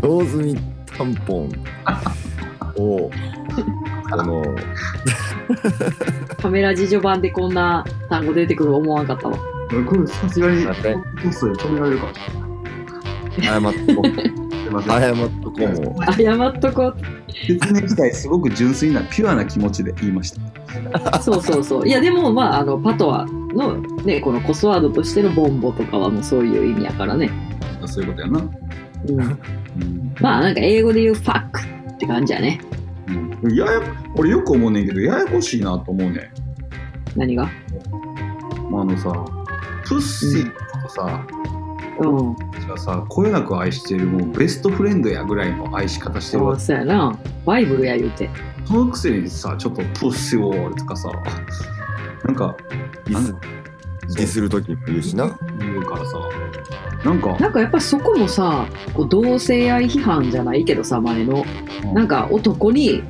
Speaker 5: 用済みタン ポンを、あの、
Speaker 3: カメラ自助版でこんな単語出てくる思わんかったわ。
Speaker 4: これさすがに
Speaker 5: 謝っ
Speaker 4: テストで止められるかもして
Speaker 5: こう。
Speaker 4: れません
Speaker 5: 謝っとこうも。
Speaker 3: 謝っとこ
Speaker 4: 説明自体すごく純粋なピュアな気持ちで言いました
Speaker 3: う。そうそうそう。いや、でも、まあ、あの、パトワのね、このコスワードとしてのボンボとかはもうそういう意味やからね。
Speaker 4: そういうことやな、
Speaker 3: うん、
Speaker 4: うん
Speaker 3: まあ、なんか英語で言うファックって感じやね。
Speaker 4: うんやや俺よく思うねんけどややこしいなと思うね
Speaker 3: 何が。
Speaker 4: んまああのさプッシーとさ、
Speaker 3: うん。
Speaker 4: じゃあさこよなく愛してるもうベストフレンドやぐらいの愛し方してる
Speaker 3: そ
Speaker 4: わ
Speaker 3: うそうやな。バイブルや言うて。
Speaker 4: そのくせにさちょっとプッシュをとかさなんか
Speaker 5: ディ
Speaker 4: なん
Speaker 5: ス
Speaker 4: だ
Speaker 5: ディスるときも言うしな。
Speaker 4: 言うからさなんか
Speaker 3: なんかやっぱりそこもさ、こう同性愛批判じゃないけどさ、前の。なんか男に、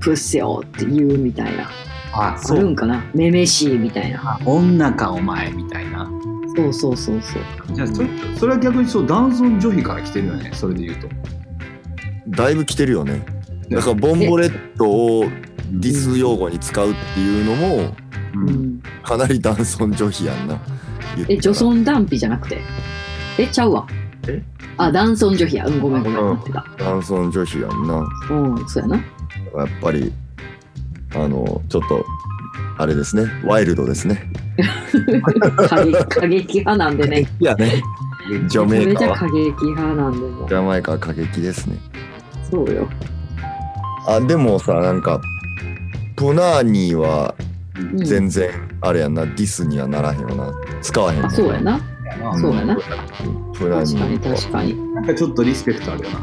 Speaker 3: プッセよって言うみたいな。
Speaker 4: あ
Speaker 3: あるんかな。めめしいみたいな。
Speaker 4: 女かお前みたいな
Speaker 3: そうそうそうそう。
Speaker 4: じゃあそれそれは逆にそう男尊女卑から来てるよねそれで言うと
Speaker 5: だいぶ来てるよね。だからボンボレットをディス用語に使うっていうのも、
Speaker 4: うん
Speaker 3: うん。
Speaker 5: かなり男尊女卑やんな。言ってた
Speaker 3: え、
Speaker 5: ら
Speaker 3: 女尊男卑じゃなくて。え、ちゃうわ。
Speaker 5: え
Speaker 3: あ、男尊女卑や。うん、ごめんごめん。
Speaker 5: うん
Speaker 3: なってた。
Speaker 5: 男尊女卑やんな。
Speaker 3: うん、そうやな。
Speaker 5: だからやっぱり、あの、ちょっと、あれですね、ワイルドですね。
Speaker 3: 過激過激派なんでね。
Speaker 5: いやね。ジャ
Speaker 3: めちゃ
Speaker 5: メ
Speaker 3: め
Speaker 5: イ
Speaker 3: ち
Speaker 5: カ
Speaker 3: ゃ
Speaker 5: は。
Speaker 3: 過激派なんでも
Speaker 5: ジ。ャマイカは過激ですね。
Speaker 3: そうよ。
Speaker 5: あ、でもさ、なんか、トナーニーは
Speaker 3: うん
Speaker 5: 全然、あれやんな、ディスにはならへんよな。使わへんも
Speaker 3: あ、
Speaker 5: ん
Speaker 3: そうやな。そうやな。
Speaker 5: トナー
Speaker 3: 確
Speaker 5: ニ
Speaker 3: か
Speaker 5: ー
Speaker 3: に確かに。
Speaker 4: なんかちょっとリスペクトあるよな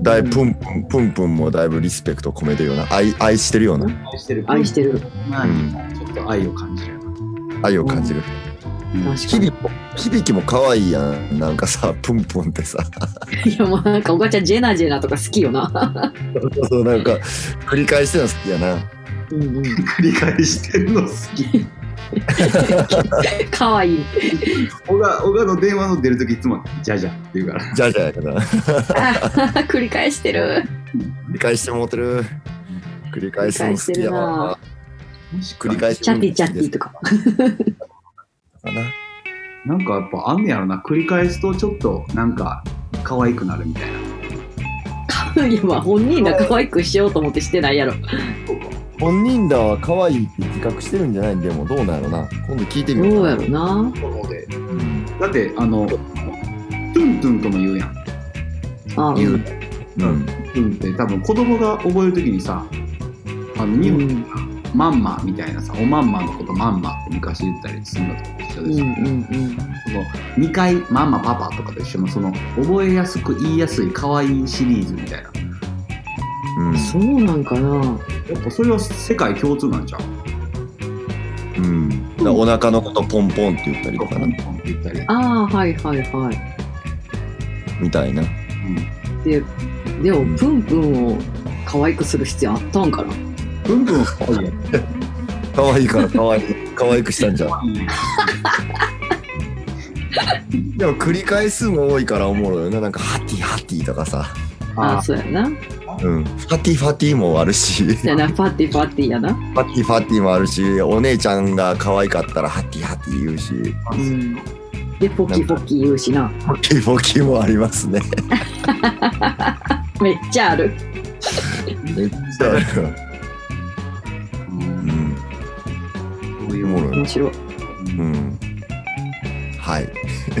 Speaker 5: だいプンプン、プンプンもだいぶリスペクト込めてるような、愛愛してるような、
Speaker 4: 愛してる
Speaker 3: 愛してる。
Speaker 4: うんちょっと愛を感じるよな
Speaker 5: 愛を感じる。
Speaker 3: 確かに。
Speaker 5: 響きも、響きも可愛いやん。なんかさ、プンプンってさ、
Speaker 3: いや、もうなんかおばちゃん、ジェナジェナとか好きよな。
Speaker 5: そうなんか、繰り返してるの好きやな。
Speaker 3: うん うん。
Speaker 4: 繰り返してるの好き
Speaker 3: かわいい。
Speaker 4: 小賀小賀の電話の出るときいつも「じゃじゃ」って言うから
Speaker 5: じゃじゃやけどな。
Speaker 3: あ 繰り返してる。
Speaker 5: 繰り返してもうてる。繰り返すの好きやわ。繰り返し
Speaker 3: チャティチャティと
Speaker 5: か
Speaker 3: か。
Speaker 5: な。
Speaker 4: なんかやっぱあんねやろな繰り返すとちょっとなんか可愛くなるみたいない
Speaker 3: や、まあ本人が可愛くしようと思ってしてないやろ。
Speaker 5: 本人らは可愛いって自覚してるんじゃないんでもどうなんやろな。今度聞いてみよう
Speaker 3: どう
Speaker 5: か
Speaker 3: や
Speaker 5: な。
Speaker 3: ろな。
Speaker 5: うん
Speaker 4: だってあのトゥントゥンとも言うやん
Speaker 3: あ、
Speaker 5: 言う。うん
Speaker 4: う
Speaker 5: ん。
Speaker 4: トゥンって多分子供が覚えるときにさあの日
Speaker 3: う
Speaker 4: 本
Speaker 3: ん。
Speaker 4: まんまみたいなさおまんまのことまんまって昔言ったりするんだと思ってた
Speaker 3: うんうんうん。
Speaker 4: その2回ママパパとかと一緒のその覚えやすく言いやすい可愛いシリーズみたいな
Speaker 5: うん
Speaker 3: そうなんかな。
Speaker 4: やっぱそれは世界共通なんちゃう
Speaker 5: うん。だからお腹のことポンポンって言ったりとかな。
Speaker 4: って言ったり、
Speaker 3: ああ、はいはいはい。
Speaker 5: みたいな。
Speaker 3: で、でも、プンプンを可愛くする必要あったんかな。
Speaker 4: うん、ブンブン可愛いやん
Speaker 5: 可愛いから可愛い。可愛くしたんじゃん。でも繰り返すも多いからおもろいよな。なんかハティハティとかさ。
Speaker 3: あ
Speaker 4: あ
Speaker 3: あ、そうやな。
Speaker 5: うん。ファティファティもあるし。
Speaker 3: そうやな。パティパティやな。
Speaker 5: ハッティファッティもあるし、お姉ちゃんが可愛かったらハッティハッティ言うし、
Speaker 4: あ
Speaker 3: うん。で、ポキポキ言うしな。
Speaker 5: ボキボキもありますね。
Speaker 3: めっちゃある。
Speaker 5: めっちゃある。うん。
Speaker 4: そういう
Speaker 5: お
Speaker 4: も
Speaker 5: も
Speaker 4: の
Speaker 5: ろい
Speaker 3: 面
Speaker 5: な。
Speaker 3: 白い。
Speaker 5: うん。はい。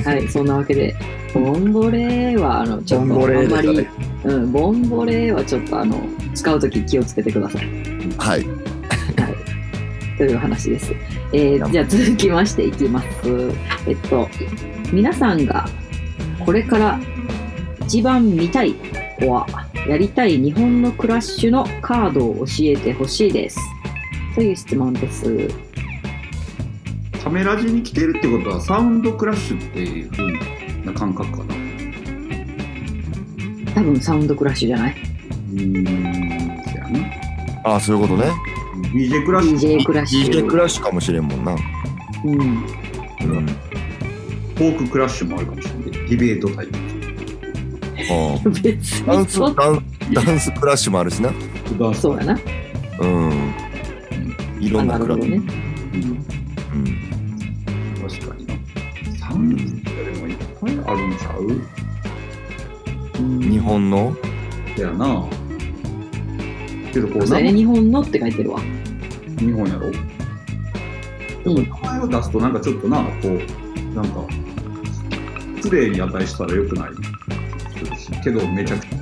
Speaker 3: はい、そんなわけで、ボンボレーは、あの、ちょっ
Speaker 5: ボンボ
Speaker 3: と、
Speaker 5: レ
Speaker 3: あ
Speaker 5: ー
Speaker 3: んま
Speaker 5: で
Speaker 3: り、うん、ボンボレーはちょっと、あの、使うとき気をつけてください。
Speaker 5: はい。
Speaker 3: という話です。えーじゃあ続きましていきます。えっと、皆さんがこれから一番見たい、コア、やりたい日本のクラッシュのカードを教えてほしいです。という質問です。
Speaker 4: カメラ時に来てるってことはサウンドクラッシュっていう風な感覚かなう
Speaker 3: 多分サウンドクラッシュじゃない
Speaker 4: ーんそやな
Speaker 5: ああ、そういうことね。
Speaker 4: DJ クラッシュ
Speaker 3: ?DJ クラッシュ。
Speaker 5: DJ クラッシュかもしれんもんな。
Speaker 3: うん。
Speaker 5: うん。
Speaker 4: フォーククラッシュもあるかもしれないディベートタイプ
Speaker 5: あ
Speaker 3: 別
Speaker 5: あダン
Speaker 3: に
Speaker 5: ス、
Speaker 3: そ
Speaker 5: ダンダンスクラッシュもあるしな。
Speaker 4: ダンス
Speaker 3: そうやな。
Speaker 5: うん。いろ
Speaker 3: あ
Speaker 5: ん
Speaker 3: な
Speaker 5: な
Speaker 3: る
Speaker 5: ク
Speaker 3: ほど
Speaker 5: ラッシュ。
Speaker 3: ね。
Speaker 4: うん
Speaker 5: うん
Speaker 4: 確かになサウンドってでもいっぱいあるんちゃう
Speaker 3: うん
Speaker 5: 日本の
Speaker 4: そやなけどこ
Speaker 3: そ
Speaker 4: う
Speaker 3: う
Speaker 4: 名
Speaker 3: やね、
Speaker 4: 前
Speaker 3: 日本のって書いてるわ。
Speaker 4: 日本やろ
Speaker 3: うん
Speaker 4: 名前を出すとなんかちょっとなこうなんか失礼に値したらよくないけどめちゃくちゃ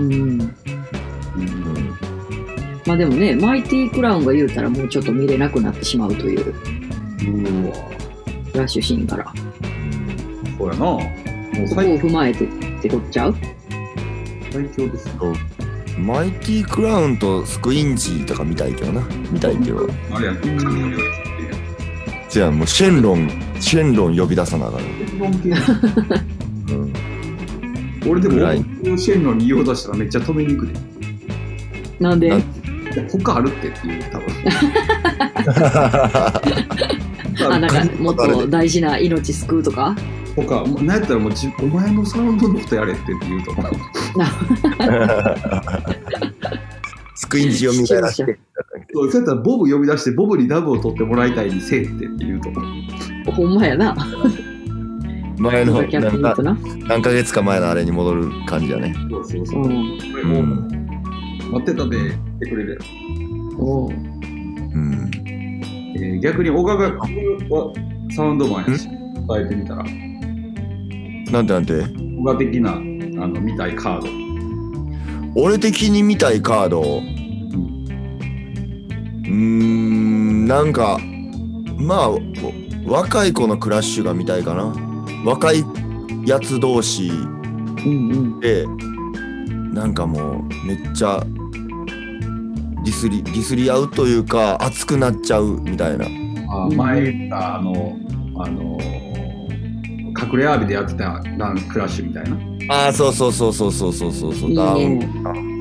Speaker 3: うん。
Speaker 4: うん
Speaker 3: まあでもね、マイティクラウンが言うたらもうちょっと見れなくなってしまうという、
Speaker 4: うわ
Speaker 3: クラッシュシーンから。
Speaker 4: そうやなもう
Speaker 3: そこを
Speaker 4: 最
Speaker 3: 踏まえてってこっちゃう
Speaker 4: 最強ですね
Speaker 5: マイティクラウンとスクインジーとか見たいけどな。見たいけど。
Speaker 4: あれやん神の領域っていうや
Speaker 5: じゃあもうシェンロン、シェンロン呼び出さなあかん。
Speaker 4: ん
Speaker 5: うん。
Speaker 4: 俺でも
Speaker 5: ぐらい
Speaker 4: シェンロンに言おうとしたらめっちゃ止めにくい
Speaker 3: なんで
Speaker 5: なん
Speaker 4: いや他あるってっていう多 分他
Speaker 3: あ、
Speaker 4: あ
Speaker 3: な
Speaker 4: る
Speaker 3: んかもっと大事な命救うとか
Speaker 4: 他もうなんやったらもうじお前のサウンドのことやれってって言うと思う
Speaker 5: スクインジーを見たいらしい。
Speaker 4: そうそうやったらボブ呼び出してボブにダブを取ってもらいたいにせえってって言うと思う
Speaker 3: ほんまやな。
Speaker 5: 前の
Speaker 3: 逆に言
Speaker 5: な
Speaker 3: うんと
Speaker 5: か
Speaker 3: な。
Speaker 5: 何ヶ月か前のあれに戻る感じだね。
Speaker 4: そうそうそうう、
Speaker 3: ん。
Speaker 4: これ
Speaker 5: う。
Speaker 4: もうん待ってたで来てくれるやろ
Speaker 3: うん。
Speaker 5: うん。
Speaker 4: えー逆に小川が小川はサウンドマンやし伝えてみたら
Speaker 5: なんてなんて。
Speaker 4: 小川的なあの見たいカード
Speaker 5: 俺的に見たいカードうーんなんかまあわ若い子のクラッシュが見たいかな若いやつ同士
Speaker 3: うんうん。
Speaker 5: でなんかもうめっちゃディスりディスり合うというか熱くなっちゃうみたいな
Speaker 4: あ
Speaker 3: うん
Speaker 4: 前言ったあの、あのー隠れアービでやってたランクラッシュみたいな。
Speaker 5: ああそうそうそうそうそうそうそうそう
Speaker 3: いい
Speaker 5: ダウ
Speaker 3: ね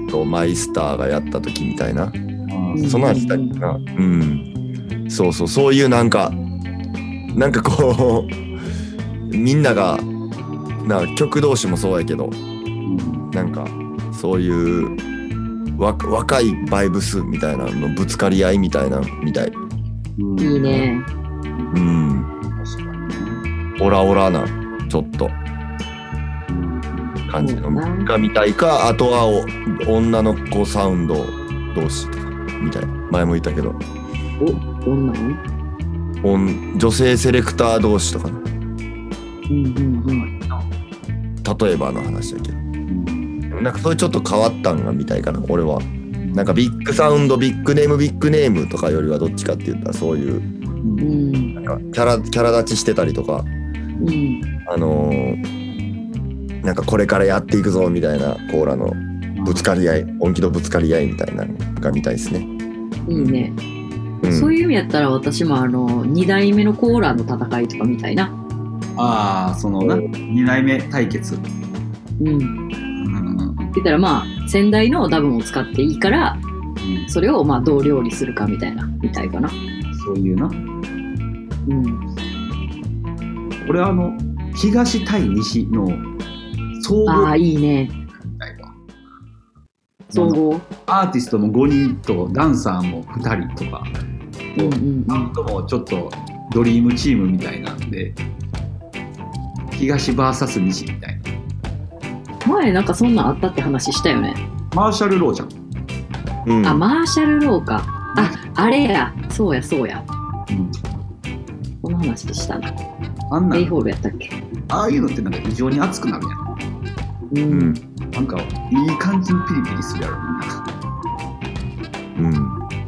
Speaker 5: ン。とマイスターがやった時みたいな
Speaker 3: うん
Speaker 5: その話だっけな。うん。そうそう、そういうなんか、なんかこう、 みんなが、な曲同士もそうやけど、なんか、そういう、わ若いバイブスみたいなのぶつかり合いみたいなみたい。
Speaker 4: うん
Speaker 3: いい。ね。
Speaker 5: うん。
Speaker 4: 確か
Speaker 5: オラオラな、ちょっと
Speaker 4: に
Speaker 5: 感じ
Speaker 3: そ
Speaker 5: の
Speaker 3: うだな
Speaker 5: が見たいか、あとはお女の子サウンド同士とか、みたいな。前も言ったけど、
Speaker 3: お、どんなの
Speaker 5: おん女性セレクター同士とかね、
Speaker 3: うんうん
Speaker 5: 例えばの話だけど。
Speaker 4: うん
Speaker 5: なんかそういうちょっと変わったんが見たいかな俺はなんかビッグサウンドビッグネームビッグネームとかよりはどっちかって言ったらそういう
Speaker 3: うん。うん。
Speaker 5: なんかキャラキャラ立ちしてたりとか
Speaker 3: うん。
Speaker 5: あのー、なんかこれからやっていくぞみたいなコーラのぶつかり合い音気のぶつかり合いみたいなのが見たいですね、
Speaker 3: いいね。
Speaker 5: うん、
Speaker 3: そういう意味やったら私もあの、二代目のコーラの戦いとかみたいな。
Speaker 4: ああ、そのな、2代目対決。
Speaker 3: うん。
Speaker 4: うんうんうん
Speaker 3: 言ったらまあ、先代のダブンを使っていいから、それをまあどう料理するかみたいな、みたいかな。
Speaker 4: そういうな。
Speaker 3: うん。
Speaker 4: 俺はあの、東対西の総
Speaker 3: ああ、
Speaker 4: 合
Speaker 3: いいね。
Speaker 4: みたいな。
Speaker 3: 総合。
Speaker 4: アーティストも5人とダンサーも2人とか、
Speaker 3: うんうん
Speaker 4: バンドもちょっとドリームチームみたいなんで、東 VS 西みたいな。
Speaker 3: 前なんかそんなんあったって話したよね。
Speaker 4: マーシャル・ローじゃん。
Speaker 5: うん
Speaker 3: あ、マーシャルローか。あ、あれや。そうや、そうや。この話したな。
Speaker 4: あんな
Speaker 3: レ
Speaker 4: ん
Speaker 3: イホールやったっけ。
Speaker 4: ああいうのってなんか異常に熱くなるやん。
Speaker 3: う。
Speaker 5: うんん
Speaker 4: なんかいい感じにピリピリするやろ、み
Speaker 5: うん
Speaker 4: んな。な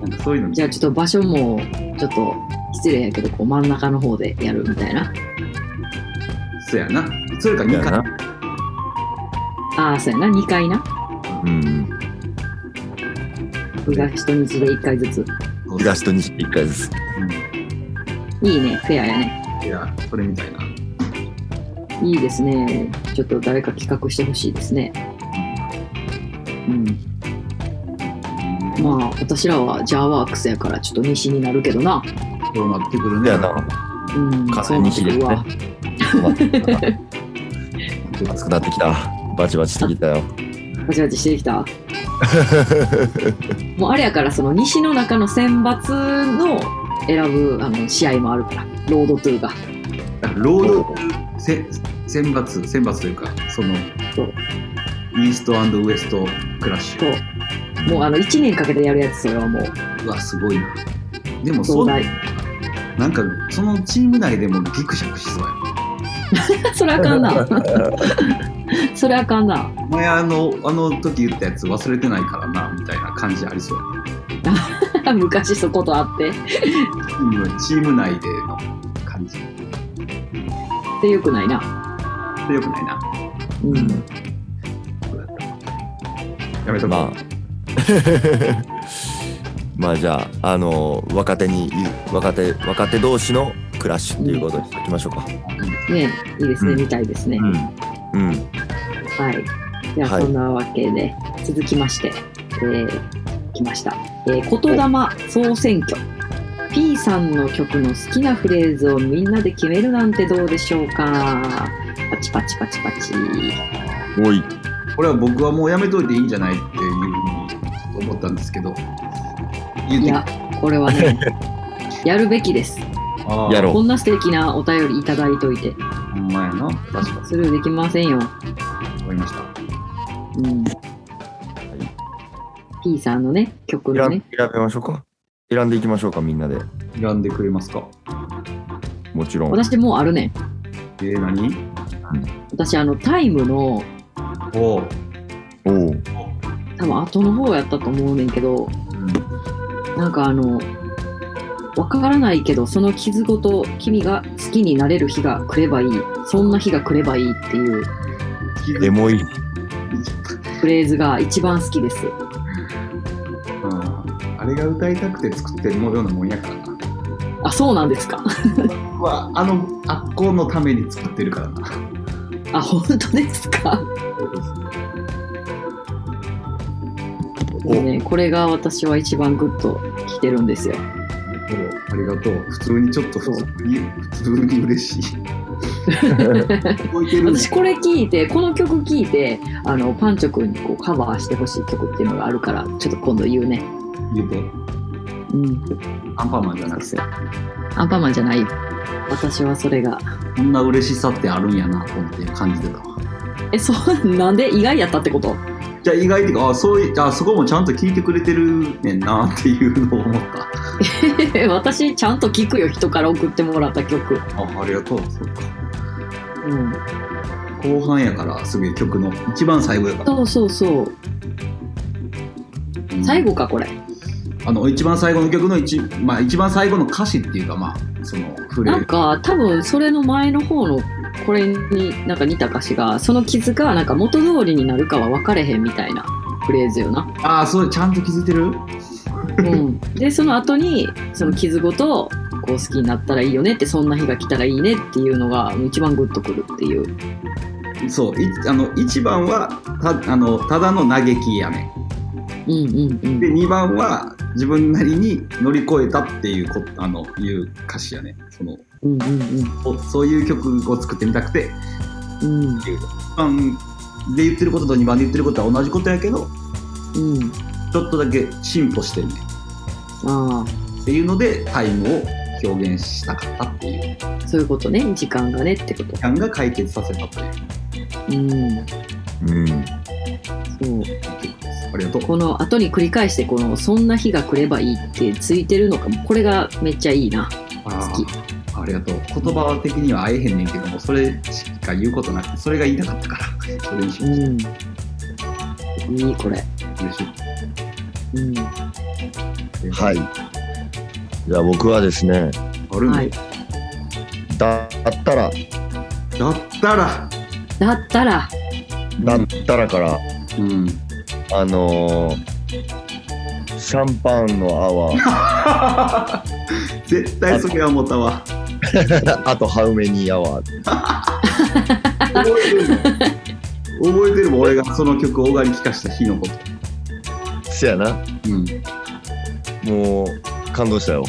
Speaker 4: んかそういうの
Speaker 3: じゃあちょっと場所もちょっと失礼やけどこう真ん中の方でやるみたいな
Speaker 4: そうやなそれか
Speaker 5: や
Speaker 4: 2回
Speaker 5: な。
Speaker 3: ああそうやな2回な
Speaker 5: うん。
Speaker 3: 東と西で1回ずつ
Speaker 5: 東と西一回です。
Speaker 3: いいねフェアやね
Speaker 4: いやそれみたいない
Speaker 3: いですねちょっと誰か企画してほしいですねうんまあ私らはジャーワークスやからちょっと西になるけどな
Speaker 4: そうなってくるね
Speaker 5: だよな。
Speaker 3: うん
Speaker 5: 完
Speaker 3: そ
Speaker 5: 全
Speaker 3: う
Speaker 5: に
Speaker 3: なって
Speaker 5: 西
Speaker 3: く
Speaker 5: です
Speaker 3: る
Speaker 5: ね
Speaker 3: わ。
Speaker 5: 暑くなってきた。バチバチしてきたよ。
Speaker 3: バチバチしてきたもうあれやからその西の中の選抜の選ぶあの試合もあるからロードトゥーが
Speaker 4: ロードせ選抜選抜というかその
Speaker 3: そう
Speaker 4: イーストウエストクラッシュ
Speaker 3: そうもうあの1年かけてやるやつそれはもう
Speaker 4: うわすごいなでもそ
Speaker 3: 壮
Speaker 4: う
Speaker 3: 大
Speaker 4: なんかそのチーム内でもギクシャクしそう や
Speaker 3: それあかんなそれあかんな
Speaker 4: お前あのあの時言ったやつ忘れてないからなみたいな感じありそう
Speaker 3: 昔そことあって
Speaker 4: チームチーム内での感じ
Speaker 3: でよくないな
Speaker 4: でよくないな
Speaker 3: うん
Speaker 4: やめとこう、
Speaker 5: まあ。 まあじゃあ、あの若手に若手若手同士のクラッシュっていうことにしておきましょうか。
Speaker 3: ねいいですね、
Speaker 5: うん
Speaker 3: みたいですね、
Speaker 5: うん。うん。
Speaker 3: はいじゃあ
Speaker 5: はい
Speaker 3: そんなわけで、続きましてえー、来ました、えー、言霊総選挙 P さんの曲の好きなフレーズをみんなで決めるなんてどうでしょうかパチパチパチパチ
Speaker 5: おい。
Speaker 4: これは僕はもうやめといていいんじゃないっていうふうに思ったんですけど言う
Speaker 3: い
Speaker 4: て
Speaker 3: やこれ はねやるべきです
Speaker 4: あー
Speaker 5: やろう
Speaker 3: こんな素敵なお便りいただいといて
Speaker 4: ほんまやな確か
Speaker 3: スルーできませんよ
Speaker 4: にわかりました
Speaker 3: うん、P さんのね曲の
Speaker 5: 選
Speaker 3: ね
Speaker 5: ん選べましょうか。選んでいきましょうか、みんなで。
Speaker 4: 選んでくれますか
Speaker 5: もちろん。
Speaker 3: 私もうあるねん
Speaker 4: えー、何
Speaker 3: 私あのタイムの
Speaker 4: おう、
Speaker 5: おおう。
Speaker 3: 多分後の方やったと思うねんけど
Speaker 4: うん、
Speaker 3: なんかあのわからないけどその傷ごと君が好きになれる日が来ればいいそんな日が来ればいいっていう
Speaker 5: エモい。
Speaker 3: フレーズが一番好きです
Speaker 4: うん、あれが歌いたくて作ってるようなもんやからな
Speaker 3: あそうなんですか
Speaker 4: 僕はあのあっこのために作ってるからな
Speaker 3: あ本当ですか
Speaker 5: お
Speaker 3: でねこれが私は一番グッときてるんですよ
Speaker 4: ありがとう普通にちょっと普通に普通に嬉 しい覚えてる
Speaker 3: 私これ聞いてこの曲聞いてあのパンチョくんにこうカバーしてほしい曲っていうのがあるからちょっと今度言うね
Speaker 4: 言うて
Speaker 3: うん
Speaker 4: アンパンマンじゃなくて
Speaker 3: アンパンマンじゃないよ私はそれが
Speaker 4: こんな嬉しさってあるんやなと思って感じてたわ
Speaker 3: えそうなんで意外やったってこと
Speaker 4: じゃあ意外っていうかあそういあそこもちゃんと聞いてくれてるねんなっていうのを思った
Speaker 3: え私ちゃんと聞くよ人から送ってもらった曲
Speaker 4: あありがとうそうか
Speaker 3: うん
Speaker 4: 後半やからすげえ曲の一番最後やから、
Speaker 3: そうそうそう
Speaker 4: うん
Speaker 3: 最後かこれ
Speaker 4: あの一番最後の曲の一,、まあ、一番最後の歌詞っていうかまあそのフレ
Speaker 3: なん
Speaker 4: ーズ
Speaker 3: か多分それの前の方のこれになんか似た歌詞がその傷がなんか元通りになるかは分かれへんみたいなフレーズよな
Speaker 4: ああそうちゃんと気づいてる
Speaker 3: うん、でその後にその傷ごとこう好きになったらいいよねってそんな日が来たらいいねっていうのが一番グッとくるっていう
Speaker 4: そういあの1番はたあのただの嘆きやね
Speaker 3: うんうんうん
Speaker 4: で2番は自分なりに乗り越えたっていうこあのいう歌詞やねその
Speaker 3: うんうん
Speaker 4: おそういう曲を作ってみたくて
Speaker 3: うんうん
Speaker 4: 1番で言ってることと2番で言ってることは同じことやけど
Speaker 3: うん
Speaker 4: ちょっとだけ進歩してるね
Speaker 3: あ
Speaker 4: っていうのでタイムを表現したかったっていう
Speaker 3: あそういうことね時間がねってこと
Speaker 4: 時間が解決させたという
Speaker 3: うん
Speaker 5: うん。
Speaker 3: そう
Speaker 4: ありがとう
Speaker 3: この後に繰り返してこの「そんな日が来ればいい」ってついてるのかもこれがめっちゃいいな
Speaker 4: あ
Speaker 3: 好き
Speaker 4: ーありがとう言葉的には会えへんねんけどもそれしか言うことなくてそれが言いたかったからそれにしまし
Speaker 3: うんいいこれ
Speaker 4: た嬉しい
Speaker 3: うん
Speaker 4: って
Speaker 5: はい。じゃあ僕はですね、
Speaker 4: あるの、
Speaker 3: はい
Speaker 5: だったら、
Speaker 4: だったら、
Speaker 3: だったら、
Speaker 5: だったらから、
Speaker 4: うん、
Speaker 5: あのー、シャンパンの泡、
Speaker 4: 絶対それはもたわ。
Speaker 5: あとハウメニーアワー。
Speaker 4: 覚えてるの覚えてるもん俺がその曲を小川に聞かした日のこと。
Speaker 5: せやな。
Speaker 4: うん。
Speaker 5: もう、感動したよ。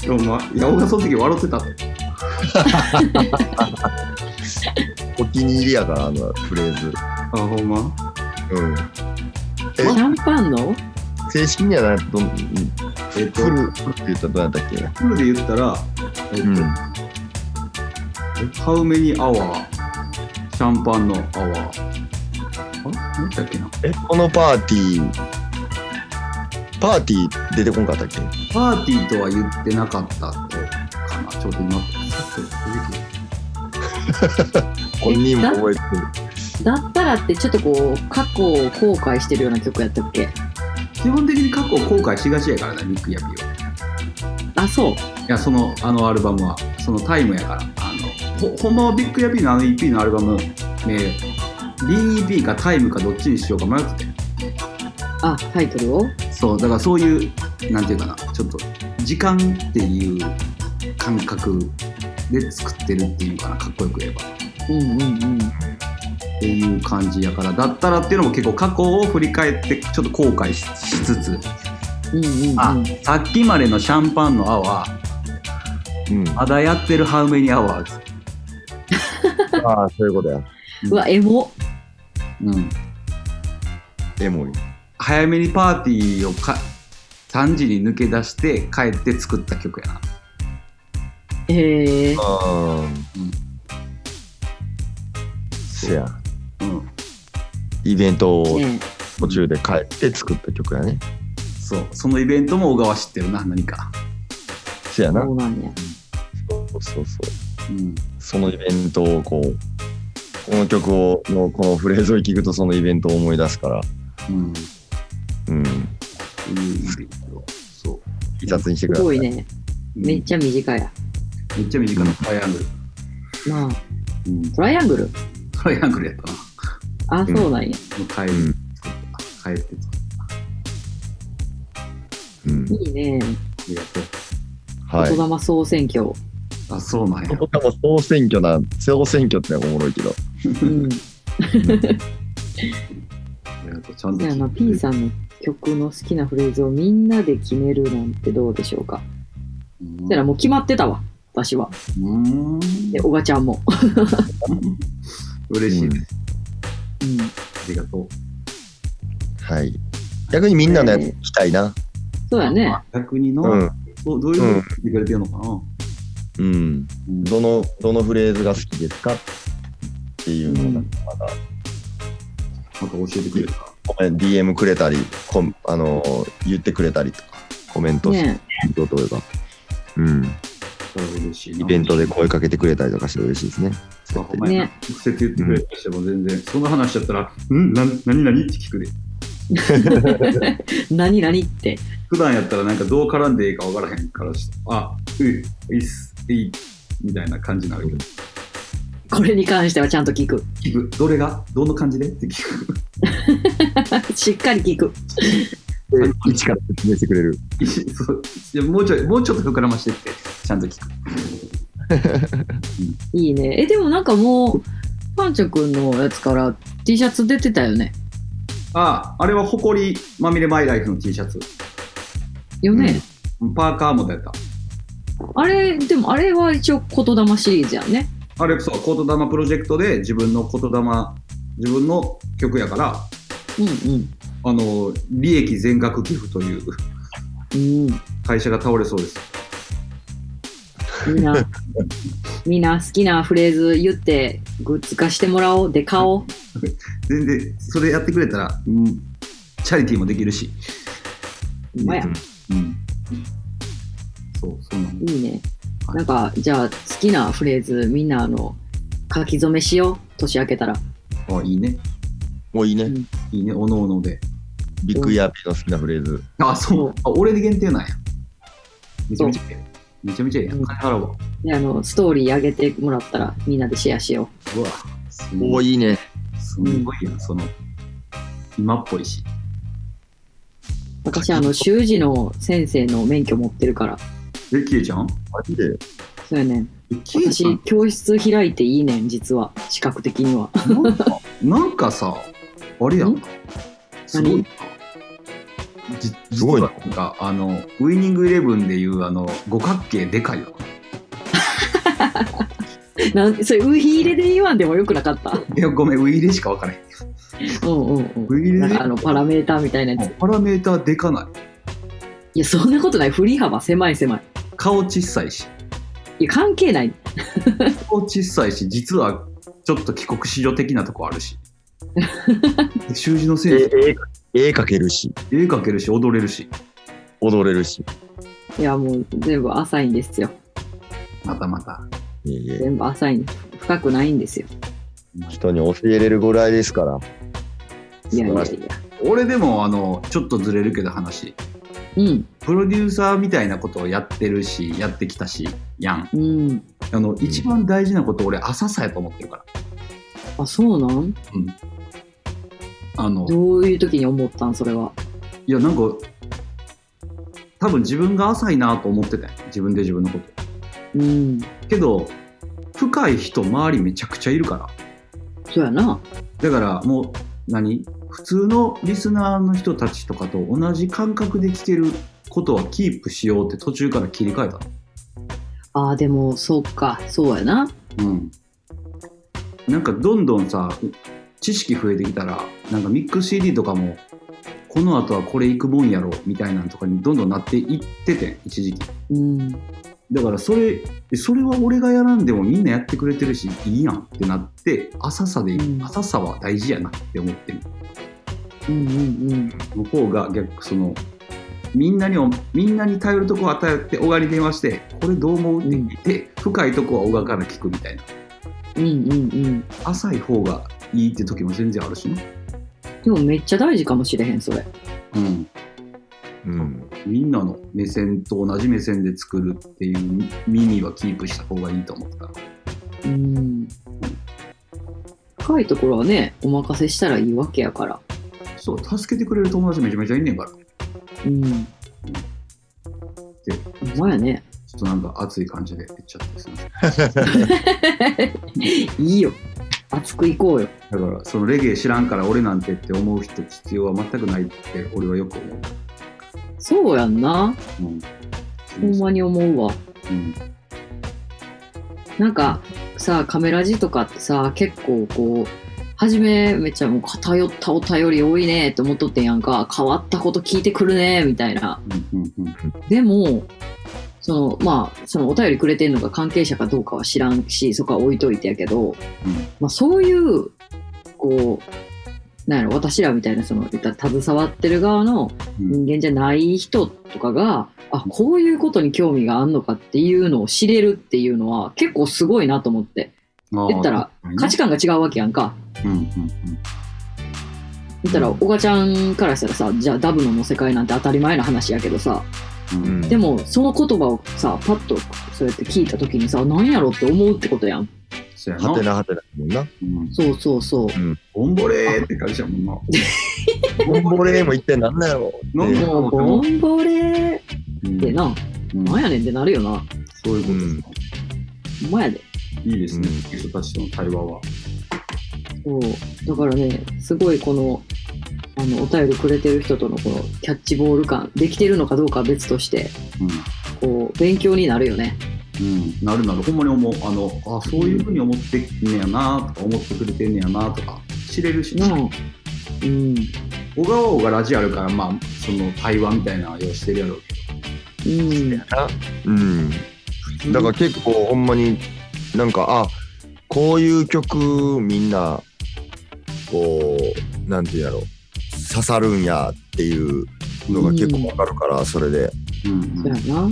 Speaker 4: でもまあ、いや、小川その時笑ってた。
Speaker 5: お気に入りやから、あのフレーズ。
Speaker 4: あ、ほんま。
Speaker 5: うん。
Speaker 3: シャンパンの
Speaker 5: 正式にはな、どん、
Speaker 4: えっと
Speaker 5: フ、ル、フルって言ったらどうやったっけ
Speaker 4: フルで言ったら、えっと、
Speaker 5: うん。
Speaker 4: ハウメニアワー、シャンパンのアワー。あ、なんだっけな。
Speaker 5: え、このパーティー、パーティー出てこんかったっけ
Speaker 4: パーティーとは言ってなかったとかな。ちょっと今、ちょっと
Speaker 5: 本人も覚えてる。
Speaker 3: だったらってちょっとこう、過去を後悔してるような曲やったっけ
Speaker 4: 基本的に過去を後悔しがちやからな、ミック・ヤビを。
Speaker 3: あ、そう。
Speaker 4: いや、その、あのアルバムは、そのタイムやから、あの、ほほんまはビッグヤビーのあの EP のアルバム、ね、BEP かタイムかどっちにしようか迷ってて。
Speaker 3: あ、タイトルを
Speaker 4: そう、だからそういう、なんていうかな、ちょっと、時間っていう感覚で作ってるっていうのかな、かっこよく言えば。
Speaker 3: うんうんうん。
Speaker 4: っていう感じやから、だったらっていうのも結構過去を振り返って、ちょっと後悔ししつつ、
Speaker 3: うんうんうん。
Speaker 4: あ、さっきまでのシャンパンの泡、
Speaker 5: うん。
Speaker 4: まだやってるハウメニアワーズ。
Speaker 5: ああ、そういうことや。
Speaker 3: うわ、エモ。
Speaker 4: うん。
Speaker 5: エモい。
Speaker 4: 早めにパーティーをか3時に抜け出して帰って作った曲やな
Speaker 3: へえ。
Speaker 5: あ
Speaker 4: うん
Speaker 5: あ。せや。
Speaker 4: うん
Speaker 5: イベントを
Speaker 3: ね
Speaker 5: 途中で帰って作った曲やね。
Speaker 4: そうそのイベントも小川知ってるな何か
Speaker 5: せや
Speaker 3: え
Speaker 5: な。
Speaker 3: そうなんや。
Speaker 5: そうそうそう。
Speaker 4: うん
Speaker 5: そのイベントをこう、この曲を、のこのフレーズを聞くとそのイベントを思い出すから、
Speaker 4: うん
Speaker 5: うん。
Speaker 4: そういうイベントそう
Speaker 5: 一冊にしてくだ
Speaker 3: す
Speaker 5: さい。
Speaker 3: ごいね。めっちゃ短いや。
Speaker 4: めっちゃ短なトライアングル、
Speaker 3: まあ、
Speaker 4: うん、
Speaker 3: トライアングル
Speaker 4: トライアングルやったな
Speaker 3: あ、
Speaker 5: うん
Speaker 3: そうなんや。
Speaker 4: もう帰り、
Speaker 5: うん
Speaker 4: 帰って作っ
Speaker 5: うん。
Speaker 3: いいね。
Speaker 4: たありがとう
Speaker 5: はい
Speaker 3: 言。霊総選挙。
Speaker 4: あそうなんや
Speaker 5: ここも総選挙な、総選挙ってのがおもろいけど。
Speaker 3: うん。
Speaker 4: ありがとうちゃん
Speaker 3: じ
Speaker 4: と
Speaker 3: ゃあ、
Speaker 4: 聞い
Speaker 3: まあ、
Speaker 4: て
Speaker 3: P さんの曲の好きなフレーズをみんなで決めるなんてどうでしょうか。
Speaker 4: うん
Speaker 3: そしたらもう決まってたわ。私は。
Speaker 4: う
Speaker 3: で、小賀ちゃんも。
Speaker 4: ーん嬉しいです、
Speaker 3: うん。
Speaker 4: ありがとう
Speaker 5: はい。逆にみんなのやつ聞きたいな。
Speaker 3: そうやね。
Speaker 4: あ逆にの、
Speaker 5: うん。
Speaker 4: どうどういうふうに言ってくれてるのかな、
Speaker 5: うん。
Speaker 4: うん
Speaker 5: どの、どのフレーズが好きですかっていうのを、また、
Speaker 4: また教えてくれるか。
Speaker 5: コメン DM くれたり、コンあのー、言ってくれたりとか、コメントして
Speaker 3: ね
Speaker 5: くれたりとか、うん。
Speaker 4: それは嬉しいな。
Speaker 5: イベントで声かけてくれたりとかして嬉しいですね。
Speaker 4: あほんま
Speaker 3: ね
Speaker 4: やな直接言ってくれたとしても全然、そんな話しちゃったら、うんな何何って聞くで。
Speaker 3: 何々って。
Speaker 4: 普段やったらなんかどう絡んでいいか分からへんからしあ、うい、いっす、いい、みたいな感じになるけど、
Speaker 3: これに関してはちゃんと聞く。
Speaker 4: 聞く、どれが、どの感じでって聞く。
Speaker 3: しっかり聞く。
Speaker 5: 一から説明してくれる。
Speaker 4: そういやもうちょい、もうちょっと膨らましてって、ちゃんと聞く。
Speaker 3: いいね。え、でもなんかもう、パンチョくんのやつから T シャツ出てたよね。
Speaker 4: あ、あれはほこりまみれマイライフの T シャツ。
Speaker 3: よね。
Speaker 4: パーカーも出た。
Speaker 3: あれ、でもあれは一応言霊シリーズやんね。
Speaker 4: あれ、そう、コート玉プロジェクトで自分の言霊、自分の曲やから、
Speaker 3: うんうん。
Speaker 4: あの利益全額寄付という
Speaker 3: うん、
Speaker 4: 会社が倒れそうです。
Speaker 3: みん な、みんな好きなフレーズ言って、グッズ化してもらおう、で買おう。
Speaker 4: 全然それやってくれたら、うん、チャリティーもできるし。
Speaker 3: ほんまや
Speaker 4: うん、そうそうなの。
Speaker 3: いいね。なんか、じゃあ、好きなフレーズ、みんな、あの、書き初めしよう、年明けたら。
Speaker 4: あいいね
Speaker 5: もういいね。
Speaker 3: うん
Speaker 4: いいねおのおので。
Speaker 5: ビッグイヤーピーの好きなフレーズ。
Speaker 4: あ、そう。あ俺で限定なんや。めちゃめちゃええやん。めちゃめちゃええや
Speaker 3: うん
Speaker 4: ん。金払うわ。
Speaker 3: であの、ストーリー上げてもらったら、みんなでシェアしよ
Speaker 4: うわ。す
Speaker 5: お
Speaker 4: ご
Speaker 5: お、
Speaker 4: い。
Speaker 5: いいね。
Speaker 4: すごいやん、その、今っぽいし。
Speaker 3: う。私、あの、習字の先生の免許持ってるから。
Speaker 4: え、キエちゃん
Speaker 5: マジで。
Speaker 3: そうやねん。
Speaker 4: えキエち
Speaker 3: 私
Speaker 4: ゃん、
Speaker 3: 教室開いていいねん、実は。視覚的には。
Speaker 4: なんかなんかさ、あれやんか。すごいな。じ
Speaker 5: すごいな
Speaker 4: 実はなんか、あの、ウイニングイレブンでいう、あの、五角形でかいよ。
Speaker 3: なんそれ、ウヒ入れで言わんでもよくなかった。
Speaker 4: いや、ごめん、ウイイレしかわからへん。
Speaker 3: うんうんう
Speaker 4: ウイイ
Speaker 3: ん。な
Speaker 4: レ
Speaker 3: ん
Speaker 4: で
Speaker 3: か、あの、パラメーターみたいなやつ。
Speaker 4: パラメーターでかない。
Speaker 3: いや、そんなことない。振り幅狭い狭い。
Speaker 4: 顔小さいし。
Speaker 3: いや、関係ない。
Speaker 4: 顔小さいし、実はちょっと帰国子女的なとこあるし。習字の
Speaker 5: え
Speaker 4: 先生、
Speaker 5: 絵描けるし、
Speaker 4: 絵描けるし、踊れるし。
Speaker 5: 踊れるし。
Speaker 3: いや、もう、全部浅いんですよ。
Speaker 4: またまた。
Speaker 5: いえいえ
Speaker 3: 全部浅いん深くないんですよ。
Speaker 5: 人に教えれるぐらいですから。
Speaker 3: いやいや
Speaker 5: 素
Speaker 3: いや。
Speaker 4: 俺でも、あの、ちょっとずれるけど話。
Speaker 3: うん。
Speaker 4: プロデューサーみたいなことをやってるし、やってきたし、やん。
Speaker 3: うん。
Speaker 4: あの、一番大事なこと俺、浅さやと思ってるから。
Speaker 3: あ、そうなん
Speaker 4: あの、
Speaker 3: どういう時に思ったんそれは。
Speaker 4: いや、なんか、多分自分が浅いなと思ってたよ。自分で自分のこと。
Speaker 3: うん。
Speaker 4: けど深い人周りめちゃくちゃいるから
Speaker 3: そうやな。
Speaker 4: だからもう何普通のリスナーの人たちとかと同じ感覚で聞けることはキープしようって途中から切り替えた
Speaker 3: ああ、でも、そうか。そうやな。
Speaker 4: うんなんかどんどんさ知識増えてきたらなんかミックス CD とかもこの後はこれいくもんやろみたいなんとかにどんどんなっていってて一時期
Speaker 3: うん。
Speaker 4: だからそれえそれは俺がやらんでもみんなやってくれてるしいいやんってなって浅さでいい、
Speaker 3: うん
Speaker 4: 浅さは大事やなって思ってる
Speaker 3: うんうんうん。
Speaker 4: の方が逆そのみんなにおみんなに頼るとこを与えて小川に電話してこれどう思うって
Speaker 3: うん
Speaker 4: 聞いて、深いとこは小川から聞くみたいな
Speaker 3: うんうんうん。
Speaker 4: 浅い方がいいって時も全然あるしね、
Speaker 3: でも、めっちゃ大事かもしれへん、それ。
Speaker 4: うん、
Speaker 5: うん。
Speaker 4: みんなの目線と同じ目線で作るっていう耳はキープした方がいいと思った
Speaker 3: うん。深いところはね、お任せしたらいいわけやから。
Speaker 4: そう助けてくれる友達めちゃめちゃいんねんから
Speaker 3: うん。ほんまやね。
Speaker 4: ちょっとなんか熱い感じで言っちゃってすみません。
Speaker 3: いいよ。熱くいこうよ。
Speaker 4: だから、そのレゲエ知らんから俺なんてって思う人必要は全くないって俺はよく思う。
Speaker 3: そうやんな。
Speaker 4: うん。
Speaker 3: ほんまに思うわ。
Speaker 4: うん。
Speaker 3: なんかさカメラ字とかってさ結構こう初めめっちゃもう偏ったお便り多いねって思っとってんやんか変わったこと聞いてくるねみたいな
Speaker 4: うん。うん。うん。
Speaker 3: でもそのまあそのお便りくれてんのが関係者かどうかは知らんしそこは置いといてやけど、まあ、そういうこうなんやろ私らみたいなその言ったら携わってる側の
Speaker 4: うん。
Speaker 3: 人間じゃない人とかがあこういうことに興味があんのかっていうのを知れるっていうのは結構すごいなと思って
Speaker 4: あー
Speaker 3: 言ったら価値観が違うわけやんか。
Speaker 4: うん。うん。
Speaker 3: 言ったら、おがちゃんからしたらさ、じゃあダブノの世界なんて当たり前な話やけどさ、
Speaker 4: うん。
Speaker 5: う
Speaker 4: うん。
Speaker 5: ん。
Speaker 3: でもその言葉をさ、パッとそうやって聞いた時にさ、何やろって思うってことやん。
Speaker 4: そや
Speaker 5: はて
Speaker 4: な。
Speaker 5: なはてなもんな。
Speaker 4: うん。
Speaker 3: そうそうそう。
Speaker 4: ボンボレーって感じやもんな。
Speaker 5: ボンボレーも一体何なんやろ
Speaker 4: な
Speaker 5: うん
Speaker 4: ん
Speaker 3: もう、ボンボレーっ
Speaker 4: うん
Speaker 3: てな、
Speaker 4: うん
Speaker 3: なんやねんってなるよな。
Speaker 4: そういうことで
Speaker 3: ほんまやで。
Speaker 4: すね。いいですね
Speaker 5: うん。
Speaker 4: 人たちとの対話は。
Speaker 3: そう。だからね、すごいこの、あの、お便りくれてる人とのこのキャッチボール感、できてるのかどうかは別として、
Speaker 4: う
Speaker 3: こう、勉強になるよね。
Speaker 4: ん。うん。なるなる。ほんまに思う。あの、あ、そういうふうに思ってんねやなとか、思ってくれてんねやなとか、知れるし
Speaker 3: なあ。うん。
Speaker 4: 小川王がラジあるから、まあ、その対話みたいなのをしてるやろうけ
Speaker 3: うん。
Speaker 5: うん。
Speaker 4: ど。
Speaker 5: だから結構ほんまになんかあこういう曲みんなこうなんていうんやろ刺さるんやっていうのが結構わかるから、それで
Speaker 4: うん
Speaker 3: そうやな。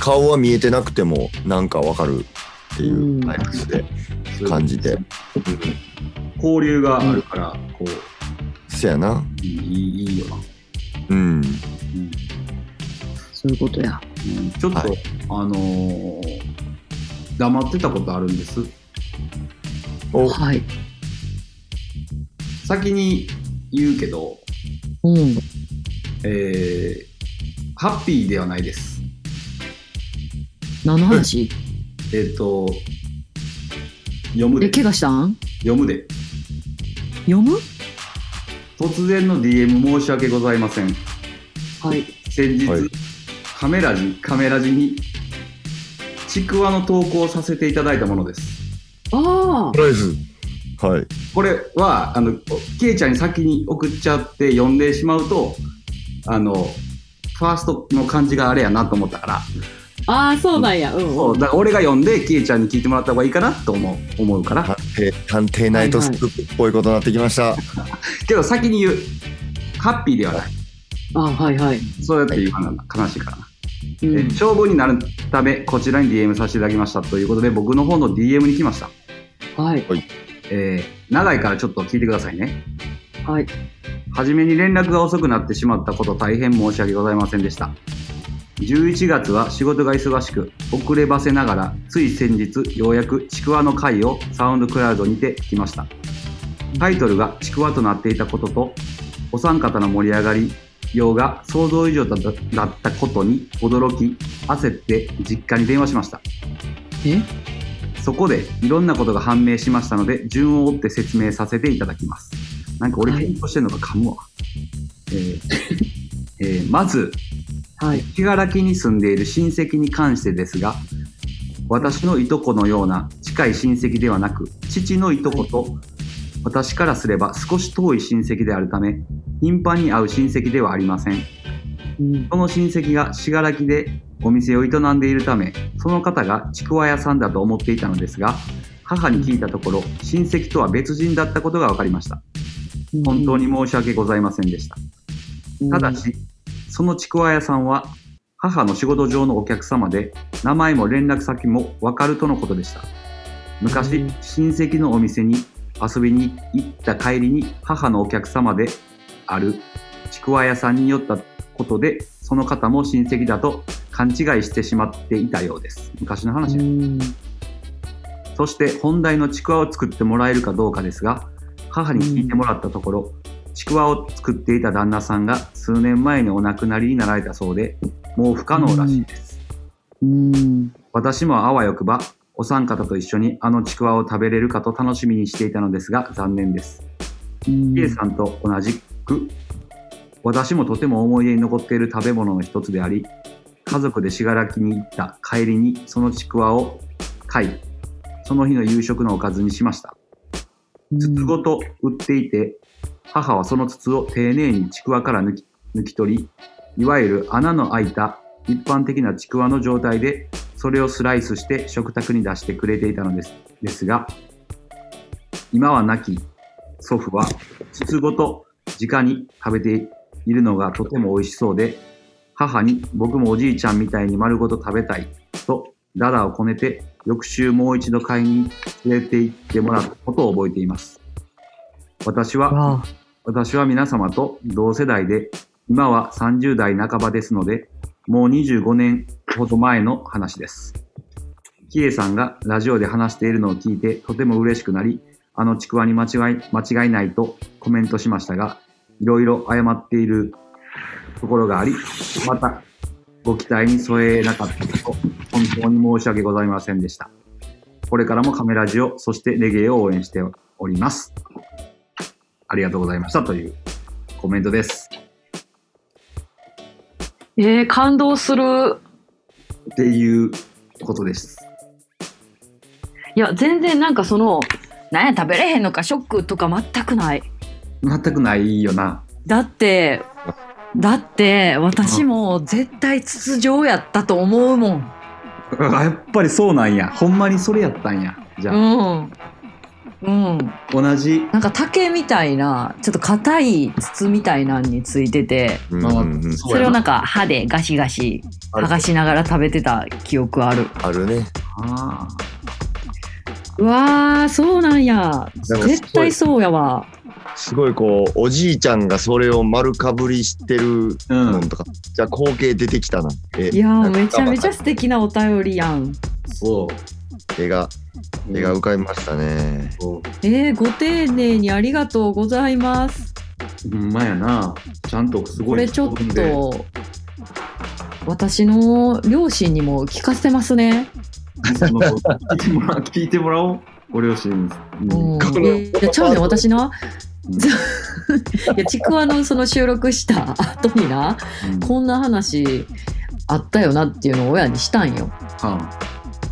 Speaker 5: 顔は見えてなくてもなんかわかるっていううんタイプで
Speaker 4: うん
Speaker 5: 感じて、
Speaker 4: そう交流があるから、こう、
Speaker 5: そやな
Speaker 4: うんいいいいよな。
Speaker 5: うん
Speaker 4: うん
Speaker 3: そういうことや。
Speaker 4: うんちょっと、
Speaker 5: は
Speaker 4: あのー黙ってたことあるんです
Speaker 5: お
Speaker 3: はい。
Speaker 4: 先に言うけど、
Speaker 3: うん。
Speaker 4: えーハッピーではないです
Speaker 3: 何の話
Speaker 4: えっ、と読む
Speaker 3: え、
Speaker 4: で
Speaker 3: 怪我したん
Speaker 4: 読むで
Speaker 3: 読む
Speaker 4: 突然の DM 申し訳ございません
Speaker 3: はい。
Speaker 4: 先日、
Speaker 5: はい
Speaker 4: カメラジカメラジにちくわの投稿をさせていただいたものです
Speaker 3: あ
Speaker 5: とりあえずはい
Speaker 4: これはあのけいちゃんに先に送っちゃって読んでしまうとあのファーストの感じがあれやなと思ったから
Speaker 3: あ。ああ、そうなんや。うん。
Speaker 4: そうだから俺が読んでけいちゃんに聞いてもらった方がいいかなと思う思うから
Speaker 5: 探偵探偵ナイトスクープっぽいことになってきました、
Speaker 4: けど先に言うハッピーではない
Speaker 3: ああ、はいはい。
Speaker 4: そうやって言うのが悲しいからな、
Speaker 3: う
Speaker 4: え
Speaker 3: ん。
Speaker 4: 長文になるためこちらに DM させていただきましたということで僕の方の DM に来ました
Speaker 3: はい。
Speaker 4: えー長いからちょっと聞いてくださいね。
Speaker 3: はい。
Speaker 4: はじめに連絡が遅くなってしまったこと大変申し訳ございませんでした。11月は仕事が忙しく、遅ればせながら、つい先日、ようやくちくわの回をサウンドクラウドにて聞きました。タイトルがちくわとなっていたことと、お三方の盛り上がりようが想像以上だっただったことに驚き、焦って実家に電話しました。
Speaker 3: え
Speaker 4: そこでいろんなことが判明しましたので順を追って説明させていただきます。なんか俺
Speaker 3: はい
Speaker 4: 緊張してるのか噛むわ。えーえーまず、
Speaker 3: はい。
Speaker 4: 木柄木に住んでいる親戚に関してですが、私のいとこのような近い親戚ではなく、父のいとこと私からすれば少し遠い親戚であるため、頻繁に会う親戚ではありません。
Speaker 3: うん。
Speaker 4: その親戚が信楽でお店を営んでいるため、その方がちくわ屋さんだと思っていたのですが、母に聞いたところ、親戚とは別人だったことが分かりました。本当に申し訳ございませんでした。
Speaker 3: うん。
Speaker 4: ただし、そのちくわ屋さんは、母の仕事上のお客様で、名前も連絡先も分かるとのことでした。昔、
Speaker 3: うん
Speaker 4: 親戚のお店に遊びに行った帰りに、母のお客様であるちくわ屋さんに寄ったことで、その方も親戚だと勘違いしてしまっていたようです。昔の話です
Speaker 3: うん。
Speaker 4: そして本題のちくわを作ってもらえるかどうかですが、母に聞いてもらったところ、ちくわを作っていた旦那さんが数年前にお亡くなりになられたそうで、もう不可能らしいです。
Speaker 3: うん。
Speaker 4: 私もあわよくば、お三方と一緒にあのちくわを食べれるかと楽しみにしていたのですが、残念です。
Speaker 3: うん
Speaker 4: K さんと同じく私もとても思い出に残っている食べ物の一つであり家族で信楽に行った帰りにそのちくわを買いその日の夕食のおかずにしました筒ごと売っていて母はその筒を丁寧にちくわから抜き抜き取りいわゆる穴の開いた一般的なちくわの状態でそれをスライスして食卓に出してくれていたのですですが今は亡き祖父は筒ごと直に食べているのがとても美味しそうで母に僕もおじいちゃんみたいに丸ごと食べたいとダダをこねて翌週もう一度買いに連れて行ってもらったことを覚えています私は
Speaker 3: わあ
Speaker 4: 私は皆様と同世代で、今は30代半ばですので、もう25年ほど前の話です。キエさんがラジオで話しているのを聞いてとても嬉しくなり、あのちくわに間違い、間違いないとコメントしましたが、いろいろ謝っているところがあり、またご期待に添えなかったこと、本当に申し訳ございませんでした。これからもカメラジオ、そしてレゲエを応援しております。ありがとうございましたというコメントです。
Speaker 3: えー、感動する。
Speaker 4: っていうことです。
Speaker 3: いや、全然なんかその、なんや食べれへんのかショックとか全くない。
Speaker 4: 全くないよな。
Speaker 3: だって、だって私も絶対筒状やったと思うもん。
Speaker 4: あやっぱりそうなんや。ほんまにそれやったんや。じゃあ、
Speaker 3: うん。うん。
Speaker 4: 同じ。
Speaker 3: なんか竹みたいな、ちょっと硬い筒みたいなんについてて、
Speaker 5: うん
Speaker 4: まあ
Speaker 5: うんうん
Speaker 4: そう
Speaker 3: それをなんか歯でガシガシ
Speaker 5: ある
Speaker 3: 剥がしながら食べてた記憶ある。
Speaker 5: あるね
Speaker 4: あ
Speaker 3: うわー、そうなんや。
Speaker 5: なんか
Speaker 3: 絶対そうやわ。
Speaker 5: すすごいこうおじいちゃんがそれを丸かぶりしてる
Speaker 4: うん
Speaker 5: のんとか、じゃあ光景出てきたなえ
Speaker 3: いや
Speaker 5: な
Speaker 3: ー
Speaker 5: んか
Speaker 3: めちゃめちゃ素敵なお便りやん。
Speaker 4: そ
Speaker 5: 絵が
Speaker 4: う
Speaker 5: 絵が浮かびましたね、
Speaker 4: そう
Speaker 3: えー、ご丁寧にありがとうございます。
Speaker 4: ほんまやなちゃんとすごい
Speaker 3: これちょっ
Speaker 4: 自分で
Speaker 3: と私の両親にも聞かせてますね。
Speaker 4: その聞いてもら聞いてもらおうご両親
Speaker 3: うん
Speaker 4: に
Speaker 5: この
Speaker 3: いやちゃうねん私な
Speaker 4: うん。
Speaker 3: いやちくわのその収録した後になこんな話あったよなっていうのを親にしたんよ。
Speaker 4: は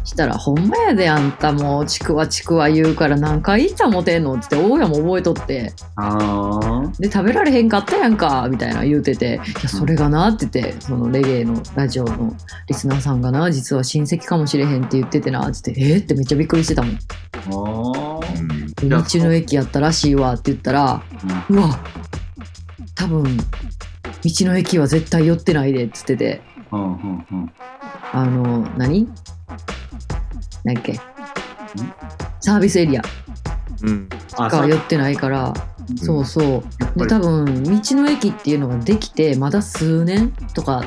Speaker 3: したら「ほんまやであんたもうちくわちくわ言うから何回言ったもてんの」っつって大家も覚えとって
Speaker 4: ああ
Speaker 3: 「で食べられへんかったやんか」みたいな言うてて「いやそれがな」って言ってそのレゲエのラジオのリスナーさんがな実は親戚かもしれへんって言っててなっつって「えっ?」ってめっちゃびっくりしてたもん「
Speaker 4: ああ
Speaker 5: うん
Speaker 3: 道の駅やったらしいわ」って言ったら「うわ多分道の駅は絶対寄ってないで」っつってて
Speaker 4: うんうんうん
Speaker 3: あの何何やっけサービスエリア
Speaker 5: うん
Speaker 4: あ
Speaker 3: が寄ってないから。そうそう。で多分道の駅っていうのができてまだ数年とか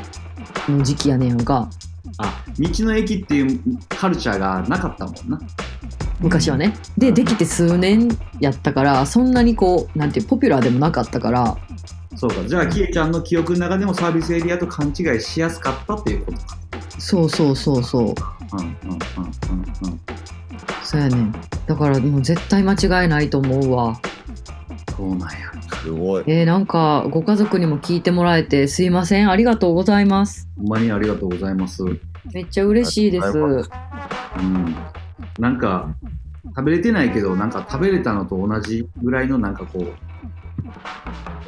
Speaker 3: の時期やねんやんか
Speaker 4: あ道の駅っていうカルチャーがなかったもんな
Speaker 3: 昔はね。
Speaker 4: う
Speaker 3: で
Speaker 4: ん
Speaker 3: できて数年やったからそんなにこうなんていうポピュラーでもなかったから
Speaker 4: そうかじゃあキエちゃんの記憶の中でもサービスエリアと勘違いしやすかったっていうことか
Speaker 3: そうそうそうそう
Speaker 4: うんうんうんうんうん
Speaker 3: そうやねん。だからもう絶対間違いないと思うわ。
Speaker 4: そうなんや
Speaker 5: すごい
Speaker 3: えー、なんかご家族にも聞いてもらえてすいませんありがとうございます。
Speaker 4: ほんまにありがとうございますうん
Speaker 3: めっちゃ嬉しいです。
Speaker 5: ありがとうござ
Speaker 4: なんか食べれてないけどなんか食べれたのと同じぐらいのなんかこ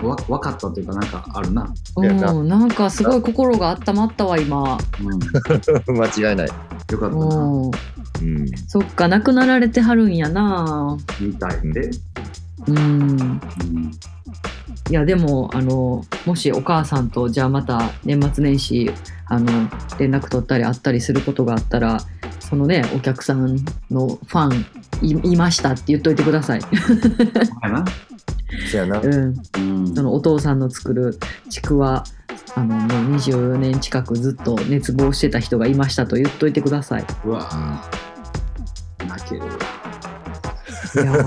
Speaker 4: うわ分かったというかなんかあるな
Speaker 5: やな
Speaker 3: うんなんかすごい心が温まったわ今。
Speaker 4: うんよ
Speaker 5: 間違いない、
Speaker 4: かったな
Speaker 3: うん。
Speaker 5: うん、
Speaker 3: そっか、亡くなられてはるんやな。
Speaker 4: みたいで
Speaker 3: うん。
Speaker 4: うん
Speaker 3: いや、でも、あの、もしお母さんと、じゃあまた年末年始、あの、連絡取ったり会ったりすることがあったら、そのね、お客さんのファンい、いましたって言っといてください。
Speaker 4: かな
Speaker 5: せやな
Speaker 3: うん。
Speaker 4: うん
Speaker 3: そのお父さんの作るちくわ、あの、もう24年近くずっと熱望してた人がいましたと言っといてください。
Speaker 4: うわ泣けるわ
Speaker 3: いや、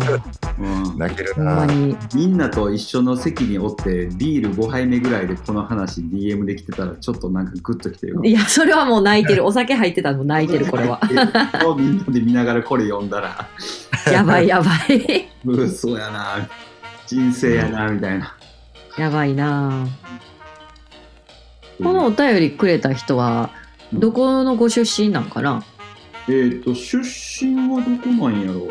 Speaker 4: うん
Speaker 5: 泣ける
Speaker 3: ほん
Speaker 5: な
Speaker 3: まに。
Speaker 4: みんなと一緒の席におってビール5杯目ぐらいでこの話 DM できてたらちょっとなんかグッときて るわ
Speaker 3: いや、それはもう泣いてる。お酒入ってたの泣いてる、これは。
Speaker 4: をみんなで見ながらこれ読んだら
Speaker 3: やばいやばい。
Speaker 4: 嘘やな人生やなみたいな
Speaker 3: やばいなあこのお便りくれた人は、どこのご出身なんかな
Speaker 4: えっ、と出身はどこなんやろう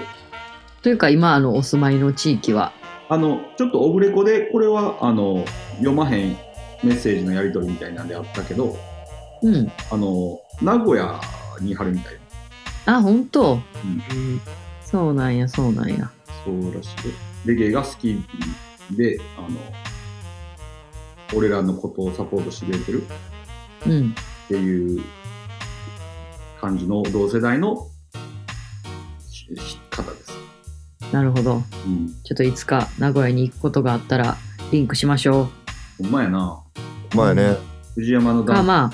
Speaker 3: というか、今、あの、お住まいの地域は。
Speaker 4: あのちょっとオブレコでこれはあの読まへんメッセージのやり取りみたいなんであったけど
Speaker 3: うん。
Speaker 4: あの名古屋に貼るみたいな
Speaker 3: あ、本当
Speaker 4: う
Speaker 3: そうなんや、そうなんや。
Speaker 4: そうらしくレゲエが好きであの俺らのことをサポートしてくれてる
Speaker 3: うん。
Speaker 4: っていう感じの同世代のしし方です。
Speaker 3: なるほど。
Speaker 4: うん。
Speaker 3: ちょっといつか名古屋に行くことがあったら、リンクしましょ
Speaker 4: ほんまやな。
Speaker 5: まあね
Speaker 4: 藤山の
Speaker 3: う。か、
Speaker 4: ダン
Speaker 3: まあ、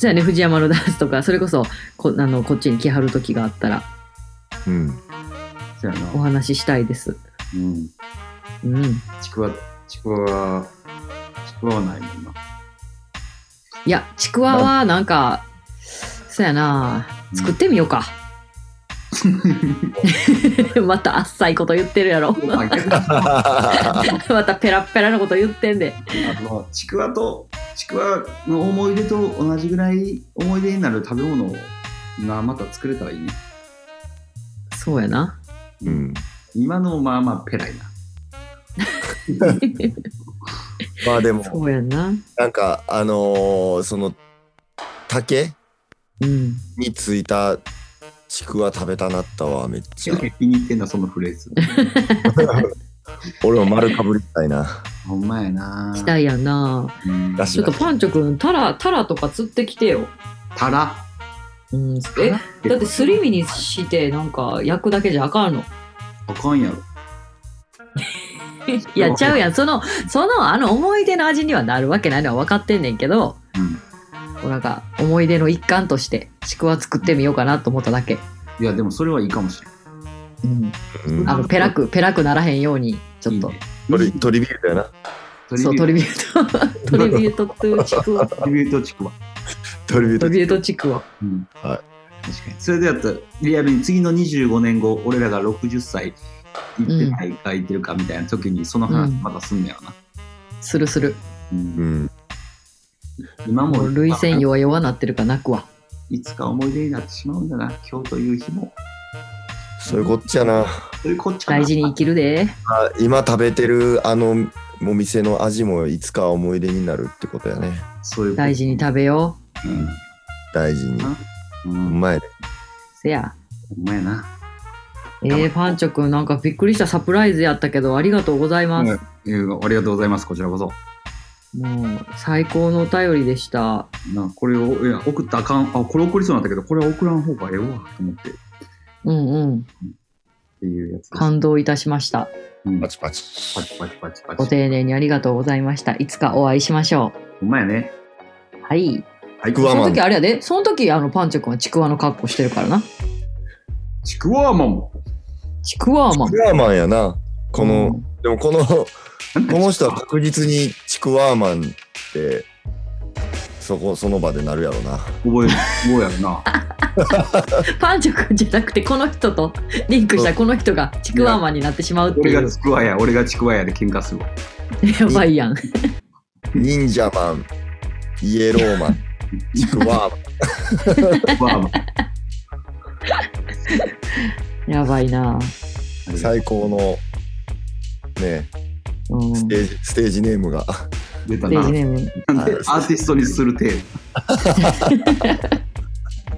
Speaker 3: じゃあね、藤山のダンスとか、それこそ、こあのこっちに来はる時があったら、
Speaker 5: うん
Speaker 4: スやな。
Speaker 3: お話ししたいです。
Speaker 4: うん。
Speaker 3: うん。
Speaker 4: ちくわ、ちくわは、ちくわはないもんな。
Speaker 3: いや、ちくわは、なんか、そうやな作ってみようか。 またあっさいこと言ってるやろ
Speaker 4: まあ逆にあ
Speaker 3: またペラッペラなこと言ってんで
Speaker 4: のちくわと、ちくわの思い出と同じぐらい思い出になる食べ物がまた作れたらいいね。
Speaker 3: そうやな
Speaker 5: うん
Speaker 4: 今のもまあまあペライな。
Speaker 5: まあでも
Speaker 3: そうやな
Speaker 5: なんかあのーその竹
Speaker 3: うん
Speaker 5: についたちくわ食べたなったわめっちゃ
Speaker 4: 気に入ってんな、そのフレ ーズ。
Speaker 5: 俺も丸かぶりたいな
Speaker 4: ほんまやな。
Speaker 3: したいやな
Speaker 4: うん
Speaker 5: らしい
Speaker 3: ちょっとパンチョくんタラタラとか釣ってきてよ、
Speaker 4: たら。
Speaker 3: うん、えだってすり身にしてなんか焼くだけじゃあかんの
Speaker 4: あかんやろ。
Speaker 3: いやちゃうやんそのそのあの思い出の味にはなるわけないのは分かってんねんけど、
Speaker 4: うん
Speaker 3: こうなんか思い出の一環としてちくわ作ってみようかなと思っただけ、
Speaker 4: いやでもそれはいいかもしれない
Speaker 3: うん、
Speaker 5: うん
Speaker 3: あのペラくペラくならへんようにちょっと
Speaker 4: いいね
Speaker 5: これトリビューだよな。
Speaker 3: そうト
Speaker 4: トリ
Speaker 3: リビュートトリビュートトゥーちくわト
Speaker 4: ビュートちくわ、
Speaker 5: トリビュー
Speaker 3: リビュー
Speaker 5: だ。
Speaker 3: トちくわ
Speaker 4: うん、
Speaker 5: はい
Speaker 4: 確かにそれでやったらリアルに次の25年後俺らが60歳行ってないか行ってるかみたいな時にその話またすんねやろな、
Speaker 3: するする
Speaker 4: うん
Speaker 5: うん。
Speaker 4: 今
Speaker 3: も
Speaker 4: も
Speaker 3: う涙腺弱々なってるから泣くわ
Speaker 4: いつか思い出になってしまうんだな今日という日も
Speaker 5: それこっちやな。
Speaker 4: そういうこっちゃな
Speaker 3: 大事に生きるで
Speaker 5: あ今食べてるあのお店の味もいつか思い出になるってことやね。
Speaker 4: そういうこと
Speaker 3: 大事に食べよう
Speaker 5: 大事に。
Speaker 4: うん、う、
Speaker 5: うんまいね。
Speaker 3: せや
Speaker 4: ほんまやな
Speaker 3: えー、パンチョくんなんかびっくりしたサプライズやったけどありがとうございます、
Speaker 4: えーありがとうございますこちらこそ
Speaker 3: もう最高のお便りでした
Speaker 4: なこれをいや送ったらあかんあこれ送りそうになったけどこれは送らん方がええわと思ってっ
Speaker 3: うんうん
Speaker 4: ていうやつです、
Speaker 3: 感動いたしました
Speaker 4: うん、
Speaker 5: パ
Speaker 4: パ
Speaker 5: チパチ。
Speaker 4: チパチパチパ
Speaker 3: ご
Speaker 4: チ
Speaker 3: 丁寧にありがとうございましたいつかお会いしましょ
Speaker 4: ほんまやね
Speaker 3: うはい
Speaker 4: はい
Speaker 5: ちくわ
Speaker 3: そ
Speaker 5: マ
Speaker 3: の
Speaker 5: ン
Speaker 3: 時あれやでその時あのパンチョくんはちくわの格好してるからな
Speaker 4: ちくわマン
Speaker 3: ちくわマン
Speaker 5: チクワーマンやな。こ
Speaker 3: う
Speaker 5: の
Speaker 3: ん、
Speaker 5: でもこの、こ
Speaker 4: なんだ
Speaker 5: の人は確実にチクワーマンって、そこ、その場でなるやろな。
Speaker 4: 覚え覚えやろな
Speaker 3: パンチョくんじゃなくてこの人とリンクしたこの人がちくわマンになってしまうって
Speaker 4: 俺
Speaker 3: い
Speaker 4: が
Speaker 3: う
Speaker 4: ちくわや俺がちくわやで喧嘩するわ
Speaker 3: やばいやん
Speaker 5: 忍者マン、イエローマン、チク ワーマン。
Speaker 4: ちくわマン
Speaker 3: やばいな
Speaker 5: 最高の、ね、
Speaker 3: うん
Speaker 5: ス
Speaker 3: ステ
Speaker 5: テージ、ステージネームが。
Speaker 4: 出たな
Speaker 3: ージネーム
Speaker 4: なんでアーティストにする程度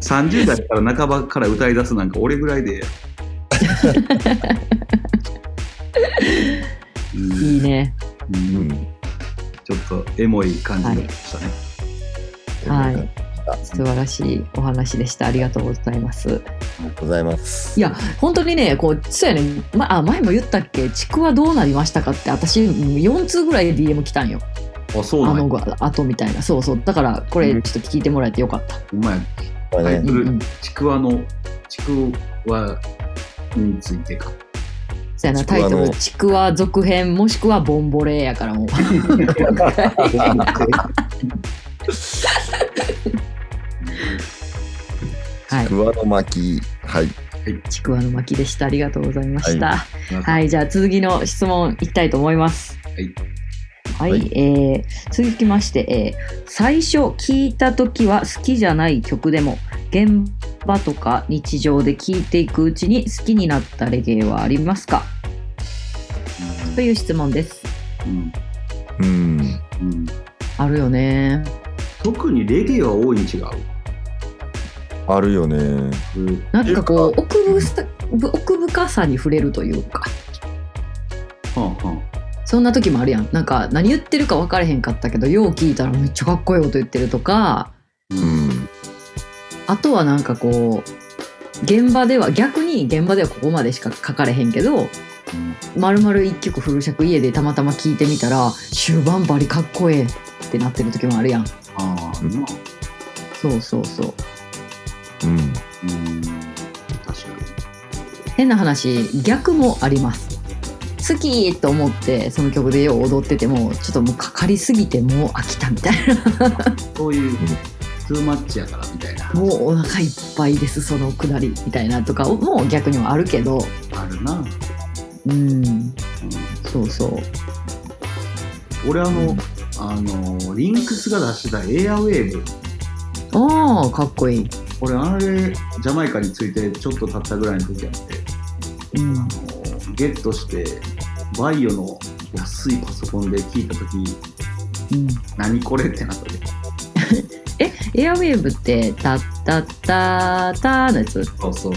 Speaker 4: 30代から半ばから歌い出すなんか俺ぐらいでええやん
Speaker 3: いいね
Speaker 4: う
Speaker 5: うんん。
Speaker 4: ちょっとエモい感じになりましたね、
Speaker 3: はい
Speaker 5: あり
Speaker 3: 素晴らしいお話でしたありがとうございます
Speaker 5: がとうございます。
Speaker 3: いや本当にねこうそうやね、ま、あ前も言ったっけちくわどうなりましたかって私4通ぐらい DM 来たんよ
Speaker 4: あそう
Speaker 3: あ
Speaker 4: なんや
Speaker 3: の後あとみたいなそうそうだからこれ
Speaker 4: うん
Speaker 3: ちょっと聞いてもらえてよかった、
Speaker 4: お前
Speaker 5: これ
Speaker 4: は
Speaker 5: ね
Speaker 4: い
Speaker 3: うんうん
Speaker 4: ちくわのちくわについてか
Speaker 3: そうやな
Speaker 5: ちくわ
Speaker 3: タイ
Speaker 5: の
Speaker 3: トル「ちくわ続編」もしくは「ボンボレー」やからもう はい
Speaker 5: クワの巻、はい。
Speaker 3: ちくわの巻でしたありがとうございました、はいい、じゃあ続きの質問いきたいと思います。
Speaker 4: はい。
Speaker 3: はい、
Speaker 5: はい
Speaker 3: えー続きまして、えー最初聞いた時は好きじゃない曲でも、現場とか日常で聞いていくうちに好きになったレゲエはありますかという質問です。
Speaker 4: うん
Speaker 5: うん。
Speaker 4: うん
Speaker 3: あるよね。
Speaker 4: 特にレゲエは多いに違う
Speaker 5: あるよね。
Speaker 4: うん
Speaker 3: なんかこう、奥ぶさ奥深さに触れるというか、
Speaker 4: はんはん
Speaker 3: そんな時もあるやん。なんか何言ってるか分からへんかったけど、よう聞いたらめっちゃかっこいいこと言ってるとか、
Speaker 5: うん。
Speaker 3: あとはなんかこう現場では逆に現場ではここまでしか書かれへんけど丸々一曲フル尺家でたまたま聞いてみたら終盤バリかっこええってなってる時もあるやん
Speaker 4: ああ、
Speaker 5: う
Speaker 4: うんん、
Speaker 3: そうそうそう
Speaker 5: うん。
Speaker 4: 確か
Speaker 3: 変な話逆もあります好きと思ってその曲でよう踊っててもちょっともうかかりすぎてもう飽きたみたい
Speaker 4: に。そういう、トゥーマッチやからみたいな
Speaker 3: な。 もうお腹いっぱいですそのくだりみたいなとかも逆にはあるけど
Speaker 4: あるな。
Speaker 3: うんそうそう
Speaker 4: 俺あの、あの、リンクスが出したエアウェーブ。
Speaker 3: ああかっこいい、
Speaker 4: 俺あれ、ジャマイカについてちょっと経ったぐらいの時あって、
Speaker 3: うん、
Speaker 4: あのゲットして、バイオの安いパソコンで聞いた時、
Speaker 3: うん
Speaker 4: 何これってなったで。
Speaker 3: えエアウェーブってタッタッタッターのやつ、うん、
Speaker 4: そうそう。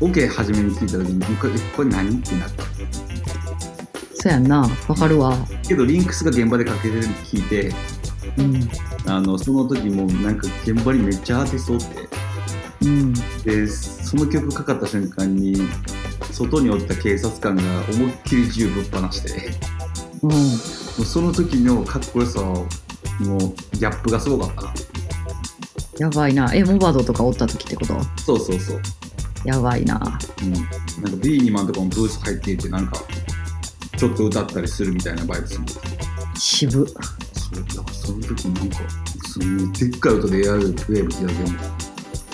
Speaker 4: オケ初めに聞いた時に、これこれ何ってなった。
Speaker 3: そうやんなわかるわ、
Speaker 4: けど、リンクスが現場でかけてるの聞いて、
Speaker 3: うん
Speaker 4: あのその時もなんか現場にめっちゃアーティストおって
Speaker 3: うん、
Speaker 4: でその曲かかった瞬間に外におった警察官が思いっきり銃ぶっ放して
Speaker 3: うん。
Speaker 4: もうその時のかっこよさはもうギャップがすごかったな
Speaker 3: やばいな。え、モバドとかおった時ってこと
Speaker 4: そうそうそう、
Speaker 3: やばいな。
Speaker 4: うん、なんかビーニマンとかもブース入っていてなんかちょっと歌ったりするみたいなバイブスも
Speaker 3: 渋。
Speaker 4: それだからその時なんかすごいでっかい音で AR12 やるけど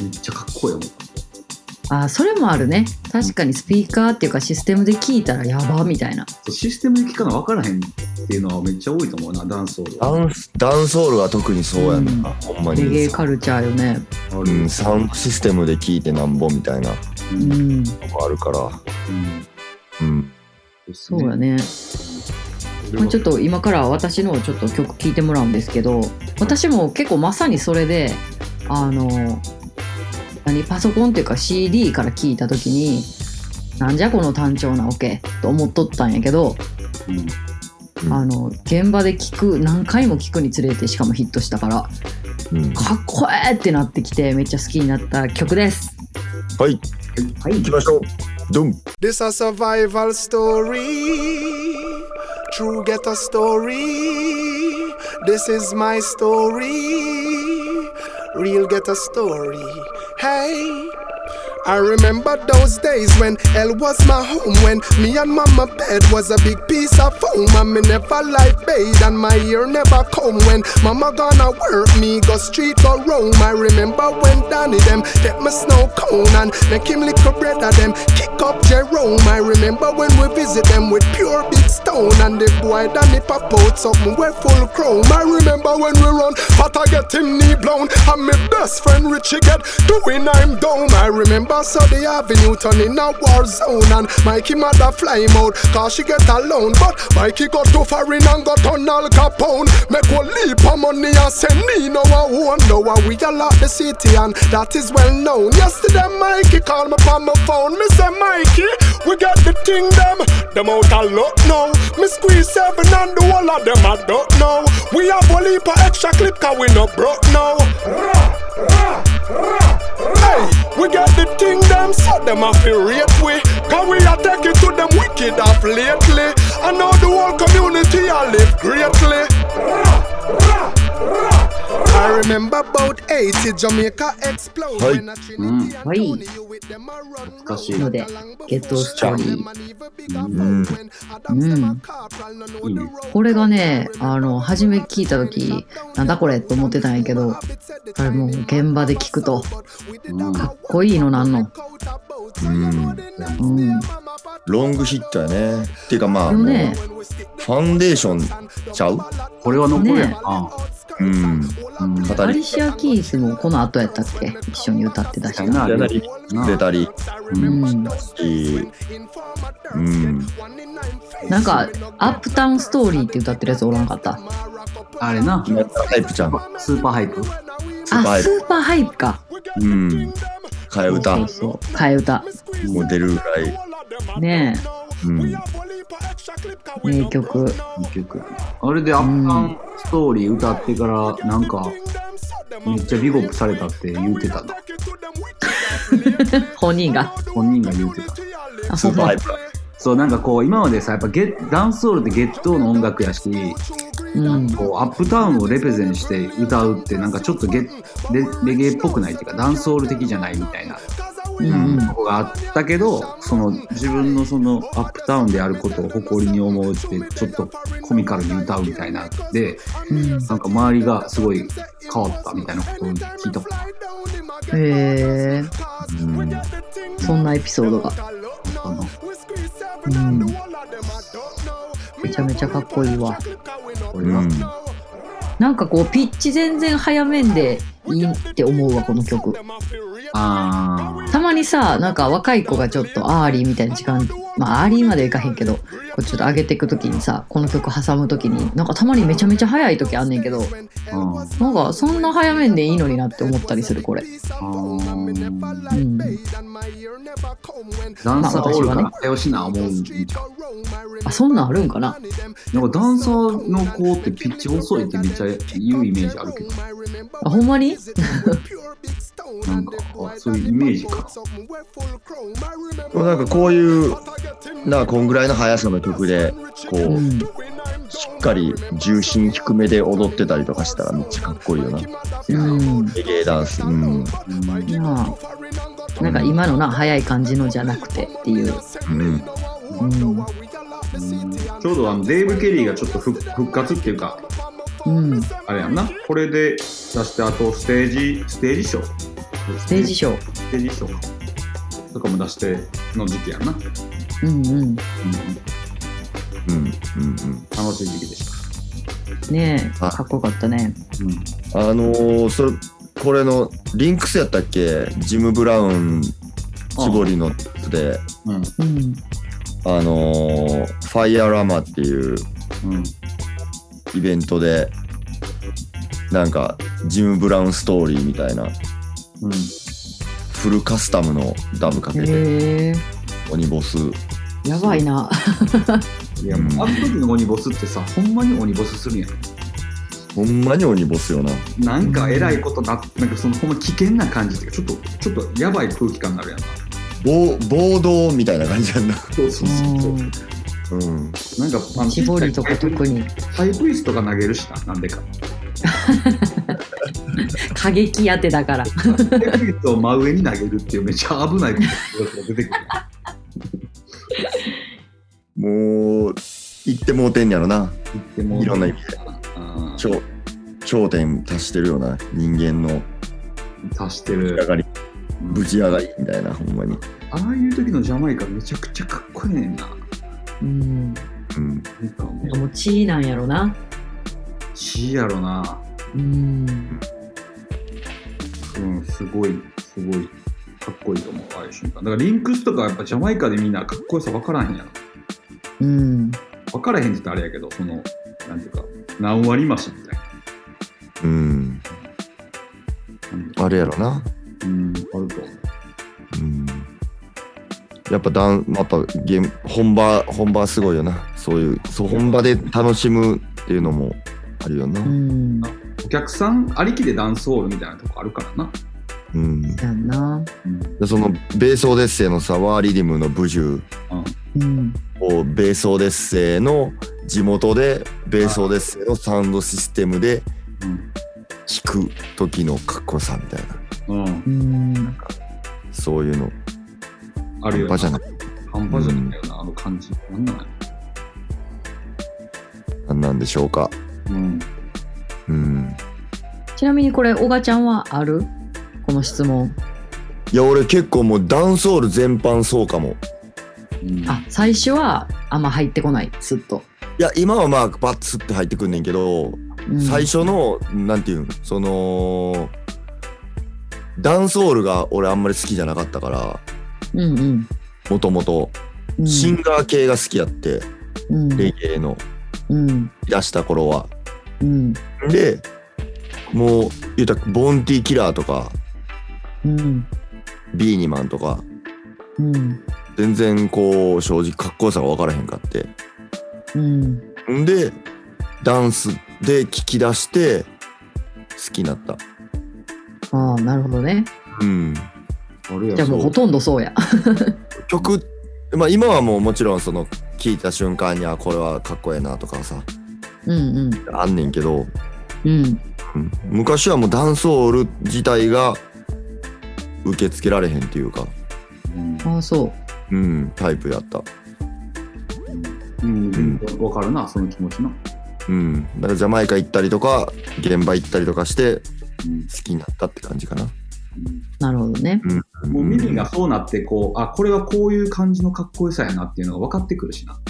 Speaker 4: めっちゃかっこいいやもん
Speaker 3: あ、それもあるね。確かにスピーカーっていうかシステムで聞いたらやばみたいな。
Speaker 4: そうシステムで聞かな分からへんっていうのはめっちゃ多いと思うなダンスを
Speaker 5: ダンスダンソールは特にそうやな、ほんま
Speaker 3: レゲエ
Speaker 5: に、
Speaker 3: カルチャーよね。
Speaker 4: あ
Speaker 5: う
Speaker 4: る
Speaker 5: ん、サウンドシステムで聴いてなんぼみたいな
Speaker 4: う
Speaker 3: うん。
Speaker 4: うん
Speaker 5: のもあるから、うん、
Speaker 3: そうやね。まあ、ちょっと今から私のをちょっと曲聴いてもらうんですけど私も結構まさにそれであの何パソコンっていうか CD から聴いた時になんじゃこの単調なオケと思っとったんやけど
Speaker 4: うん
Speaker 5: うん
Speaker 3: あの現場で聴く何回も聴くにつれてしかもヒットしたから
Speaker 5: うん、
Speaker 3: かっこええってなってきてめっちゃ好きになった曲です。
Speaker 5: はい行きましょうドン
Speaker 2: This a survival story. True ghetto story. This is my story. Real ghetto story. Hey. I remember those days when hell was my home. When me and mama bed was a big piece of foam. And me never like bathe and my ear never comb. When mama gonna work me, go street go roam. I remember when Danny them take my snow cone and make him little bread of them. Kick up Jerome. I remember when we visit them with pure big stone. And the boy Danny pop out something we full chrome. I remember when we run, but I get him knee blown. And my best friend Richie get doing I'm down. I remember Sunday Avenue turning a war zone. And Mikey mother fly him out, cause she get alone. But Mikey got too foreign and got on Al Capone. Make one leap of money and send me no one one. No one we all out the city and that is well known. Yesterday Mikey called me on my phone. Me say Mikey, we got the thing them. Them out a lot now. Me squeeze seven and the whole of them I don't know. We have a leap of extra clip cause we no broke now. Hey, we got the thing them, so them a fi rate we. Cause we a take it to them wicked off lately. And now the whole community a live greatly. I remember about 80 Jamaica explode
Speaker 5: Hey.
Speaker 2: when a Trinity and
Speaker 3: Hey.
Speaker 2: Tony you with them a run
Speaker 4: 懐かしい
Speaker 2: round.
Speaker 3: のでゲットストーリー。
Speaker 2: うん
Speaker 3: うん
Speaker 4: いいね
Speaker 3: これがねあの初め聞いた時なんだこれと思ってたんやけどあれもう現場で聞くと
Speaker 4: うん
Speaker 3: かっこいいのなんの。
Speaker 5: うん
Speaker 3: うん
Speaker 5: ロングヒットやねっていうかまあ
Speaker 3: よね
Speaker 5: もうファンデーションちゃう
Speaker 4: これは残るやん、
Speaker 3: ね
Speaker 4: あ
Speaker 5: うん
Speaker 4: うん
Speaker 5: 語
Speaker 3: ア
Speaker 5: り
Speaker 3: リシア・キースもこの後やったっけ一緒に歌ってたし
Speaker 4: やな
Speaker 5: やなり
Speaker 4: な
Speaker 5: 出たり
Speaker 3: うん
Speaker 5: しうん
Speaker 3: なんか「アップタウンストーリー」って歌ってるやつおらんかった
Speaker 4: あれな
Speaker 5: やったタイプちゃん
Speaker 4: スーパーハイプ
Speaker 5: パーハ
Speaker 3: あ
Speaker 5: イ
Speaker 3: ス
Speaker 5: プ
Speaker 3: ーパーハイプか
Speaker 5: うん替え歌
Speaker 3: そうそう替え歌
Speaker 5: もう出るぐらい、
Speaker 3: ね
Speaker 5: うん、
Speaker 3: え名曲
Speaker 4: 一曲あれでアップダウンストーリー歌ってからなんかめっちゃビゴップされたって言うてたな
Speaker 3: 本人が
Speaker 4: 本人が言うてた
Speaker 3: あ
Speaker 5: ス
Speaker 3: そ
Speaker 5: ー
Speaker 3: う
Speaker 5: パー
Speaker 3: そ
Speaker 5: ハ
Speaker 3: う
Speaker 5: イプだ
Speaker 4: そうなんかこう今までさやっぱゲダンスソールってゲットーの音楽やし
Speaker 3: うん
Speaker 4: こうアップタウンをレペゼンして歌うってなんかちょっとゲレレゲエっぽくないっていうかダンスソール的じゃないみたいな
Speaker 3: うんうん
Speaker 4: とこがあったけどその自分のそのアップタウンであることを誇りに思うってちょっとコミカルに歌うみたいなで
Speaker 3: うん
Speaker 4: なんか周りがすごい変わったみたいなことを聞いたことある
Speaker 3: へえそんなエピソードが
Speaker 4: かな
Speaker 3: うんめちゃめちゃかっこいいわ
Speaker 4: これは、
Speaker 5: うん
Speaker 3: なんかこうピッチ全然早めんでいいって思うわこの曲
Speaker 4: あー
Speaker 3: たまにさなんか若い子がちょっとアーリーみたいな時間まあアーリーまでいかへんけどこうちょっと上げていく時にさこの曲挟む時になんかたまにめちゃめちゃ早い時あんねんけど
Speaker 4: うんあ
Speaker 3: なんかそんな早めんでいいのになって思ったりするこれ
Speaker 4: ー
Speaker 3: うん
Speaker 4: ダンサーおるか
Speaker 3: まあ私はね
Speaker 4: ら早よしな思うんじゃん
Speaker 3: あそんなんあるんかな
Speaker 4: なんかダンサーの子ってピッチ遅いってめっちゃ言うイメージあるけど
Speaker 3: あほんまに
Speaker 4: なんかあそういうイメージか
Speaker 5: もうなんかこういうなんかこんぐらいの速さの曲でこう、
Speaker 3: うん
Speaker 5: しっかり重心低めで踊ってたりとかしたらめっちゃかっこいいよな
Speaker 3: うん
Speaker 5: レゲエダンスうん
Speaker 4: うん
Speaker 3: まあなんか今のな早い感じのじゃなくてっていう、
Speaker 5: うん
Speaker 3: うん
Speaker 4: ちょうどあのデーブ・ケリーがちょっと復復活っていうか
Speaker 3: うん、ス
Speaker 4: あれやんなこれで出してあとステージステージショース
Speaker 3: テージショー
Speaker 4: ステージショーとかも出しての時期やんな、うん、
Speaker 3: うんうん
Speaker 5: うんうん
Speaker 4: 楽しい時期でし
Speaker 3: ねえ
Speaker 5: あ
Speaker 3: かっこよかったね
Speaker 4: た、うん、
Speaker 5: あのーそれこれのリンクスやったっけジム・ブラウン絞りのやつで
Speaker 4: うん
Speaker 3: うん
Speaker 5: あのーファイアラマっていう
Speaker 4: うん
Speaker 5: イベントでなんかジム・ブラウンストーリーみたいな
Speaker 4: うん
Speaker 5: フルカスタムのダムかけて
Speaker 3: へえ
Speaker 5: 鬼ボス
Speaker 3: やばいな
Speaker 4: いやもうあの時の鬼ボスってさほんまに鬼ボスするやん
Speaker 5: ほんまに鬼ボスよな
Speaker 4: なんかえらいことななんかそのほんま危険な感じっていうかちょっとちょっとやばい空気感になるやんか
Speaker 5: 暴暴動みたいな感じやんな
Speaker 4: そうそう
Speaker 3: うん
Speaker 5: うん
Speaker 4: なんかあの
Speaker 3: 絞りとか特に
Speaker 4: ハイプリスとか投げるしななんでか
Speaker 3: 過激当てだから
Speaker 4: テクニックを真上に投げるっていうめっちゃ危ないことが出てくる。
Speaker 5: もう言ってもうてんやろな
Speaker 4: で も
Speaker 5: いろんな意味で
Speaker 4: うん
Speaker 5: 頂頂点達してるような人間の
Speaker 4: 足して
Speaker 5: 上
Speaker 4: る。
Speaker 5: がり
Speaker 4: うん
Speaker 5: ぶち上がりみたいなほんまに
Speaker 4: ああいう時のジャマイカめちゃくちゃかっこええねんな。
Speaker 3: うん
Speaker 5: うん
Speaker 4: なんかも
Speaker 3: なん
Speaker 4: う
Speaker 3: かもう地位なんやろな
Speaker 4: 血やろな。
Speaker 3: うん
Speaker 4: うん、すごい、すごい、かっこいいと思う、ああいう瞬間。だからリンクスとかやっぱジャマイカでみんなかっこよさ分からへんやろ。
Speaker 3: うん
Speaker 4: 分からへんって言ったらあれやけど、その、なんていうか、何割増しみたいな。
Speaker 5: うんあれやろな
Speaker 4: うん、あると思う。
Speaker 5: うんやっぱダンやっぱゲーム本場本場すごいよなそういうそう本場で楽しむっていうのもあるよな
Speaker 3: うん
Speaker 4: お客さんありきでダンスホールみたいなとこあるからな。
Speaker 5: うん
Speaker 3: やんな
Speaker 4: うん。
Speaker 5: でそのベースオデッセイのさワーリディムのブジュ
Speaker 3: うん
Speaker 5: をベースオデッセイの地元でベースオデッセイのサウンドシステムで
Speaker 4: うん
Speaker 5: 弾く時のかっこよさみたいな
Speaker 4: うん。
Speaker 3: うん
Speaker 5: そういうの
Speaker 4: あるよな
Speaker 5: 場じゃない
Speaker 4: 半端じゃないんだよな、あの感じ。なんなんや
Speaker 5: なんなんでしょうか
Speaker 4: ろうん。
Speaker 5: うん
Speaker 3: ちなみにこれ、小賀ちゃんはあるこの質問。
Speaker 5: いや俺結構もうダンソール全般そうかも
Speaker 4: うん
Speaker 3: あ、最初はあんま入ってこない、すっと。
Speaker 5: いや今はまあバッツって入ってくんねんけど
Speaker 3: うん
Speaker 5: 最初のなんていうんそのダンソールが俺あんまり好きじゃなかったから
Speaker 3: うんうん
Speaker 5: もともと
Speaker 3: うん。
Speaker 5: シンガー系が好きやって、
Speaker 3: うん
Speaker 5: レゲエの
Speaker 3: うん
Speaker 5: 出した頃は
Speaker 3: うん
Speaker 5: でもう言うたらボンティ・キラーとか
Speaker 3: うん
Speaker 5: ビーニマンとか
Speaker 3: うん
Speaker 5: 全然こう正直かっこよさが分からへんかって
Speaker 3: うん
Speaker 5: んでダンスで聞き出して好きになった
Speaker 3: ああ、なるほどね。
Speaker 5: うん
Speaker 4: あるや
Speaker 3: じゃあもうほとんどそうや。
Speaker 5: 曲まあ今はもうもちろんその聴いた瞬間にあこれはかっこええなとかさ
Speaker 3: うんうん
Speaker 5: あんねんけど、
Speaker 3: うん
Speaker 5: うん昔はもうダンスホール自体が受け付けられへんっていうか、
Speaker 4: うん。
Speaker 3: ああ、そう。
Speaker 5: うん、タイプやった、
Speaker 4: うん、全然わかるな、その気持ちな。
Speaker 5: うん、だからジャマイカ行ったりとか現場行ったりとかして好
Speaker 4: うん
Speaker 5: きになったって感じかな、
Speaker 3: なるほどね。
Speaker 5: ん
Speaker 4: もう耳がそうなって、こう、あ、これはこういう感じのかっこよさやなっていうのが分かってくるしな。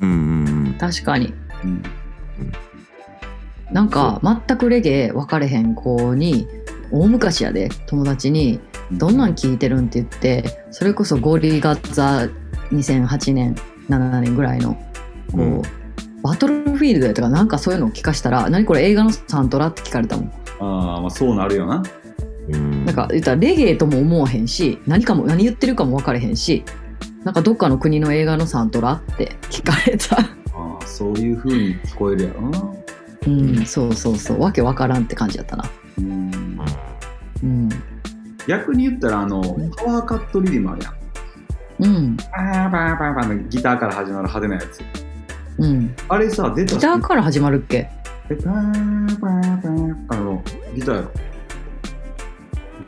Speaker 5: うんうんうん
Speaker 3: 確かに。
Speaker 4: うん。
Speaker 3: なんか、全くレゲエ分かれへん子に、大昔やで、友達に、どんなん聞いてるんって言って、それこそゴリガッザ2008年、7年ぐらいのこう、
Speaker 5: うん
Speaker 3: バトルフィールドやとかなんかそういうのを聞かしたら「何これ映画のサントラ?」って聞かれたもん
Speaker 4: ああ、まあそうなるよな。
Speaker 5: うん
Speaker 3: なんか言ったらレゲエとも思わへんし何かも何言ってるかも分かれへんしなんかどっかの国の映画のサントラって聞かれた
Speaker 4: ああ、そういう風に聞こえるやろな。
Speaker 3: うん、そうそうそうわけわからんって感じやったな
Speaker 4: うん。
Speaker 3: うん。
Speaker 4: 逆に言ったらあの
Speaker 3: ん
Speaker 4: パワーカットリリムあるやん
Speaker 3: うん。
Speaker 4: バーバーバーバーのギターから始まる派手なやつ
Speaker 3: うん。
Speaker 4: あれさ出た
Speaker 3: ギターから始まるっけ
Speaker 4: えバーバーバーあのギターやろ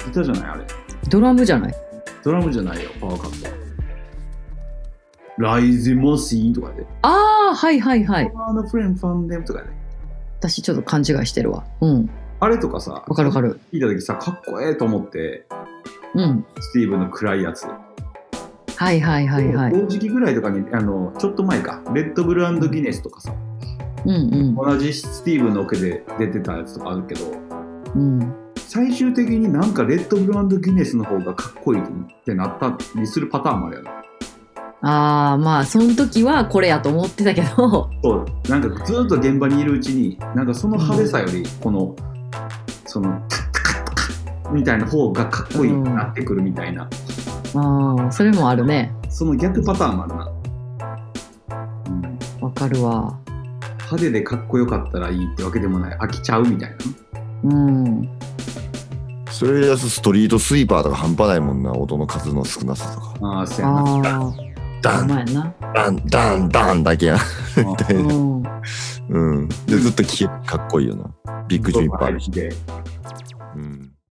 Speaker 4: ギターじゃないあれ
Speaker 3: ドラムじゃない
Speaker 4: ドラムじゃないよパワーカットライズモシーとかで、
Speaker 3: ああ、はいはいはい。
Speaker 4: パワーのフレンファンデムとかで
Speaker 3: 私ちょっと勘違いしてるわ。うん。
Speaker 4: あれとかさ
Speaker 3: わかるわかる。
Speaker 4: 聞いた時さかっこええと思って
Speaker 3: うん。
Speaker 4: スティーブの暗いやつ
Speaker 3: はいはいはいはい。
Speaker 4: 同時期ぐらいとかにあのちょっと前かレッドブルギネスとかさ
Speaker 3: うん
Speaker 4: 同じスティーブのオケで出てたやつとかあるけど
Speaker 3: うん。うん。
Speaker 4: 最終的になんかレッドブルギネスの方がかっこいいってなったりするパターンもあるやろ
Speaker 3: ああ、まあ、その時はこれやと思ってたけど、
Speaker 4: そうなんかずっと現場にいるうちになんかその派手さよりこの、そのタッタカッタカッみたいな方がかっこいいになってくるみたいな、
Speaker 3: ああ、それもあるね。
Speaker 4: その逆パターンもあるな、うん
Speaker 3: わかるわ。
Speaker 4: 派手でかっこよかったらいいってわけでもない飽きちゃうみたいな
Speaker 3: うん。
Speaker 5: それやすストリートスイーパーとか半端ないもんな音の数の少なさとか
Speaker 4: ああそうやな
Speaker 3: ああ、
Speaker 5: ダ
Speaker 3: ほん
Speaker 5: ン
Speaker 3: まやな。
Speaker 5: ダンダンダンだけやみた
Speaker 3: う。
Speaker 5: いなんうんでずっと聴けるかっこいいよなビッグジュンパー
Speaker 4: で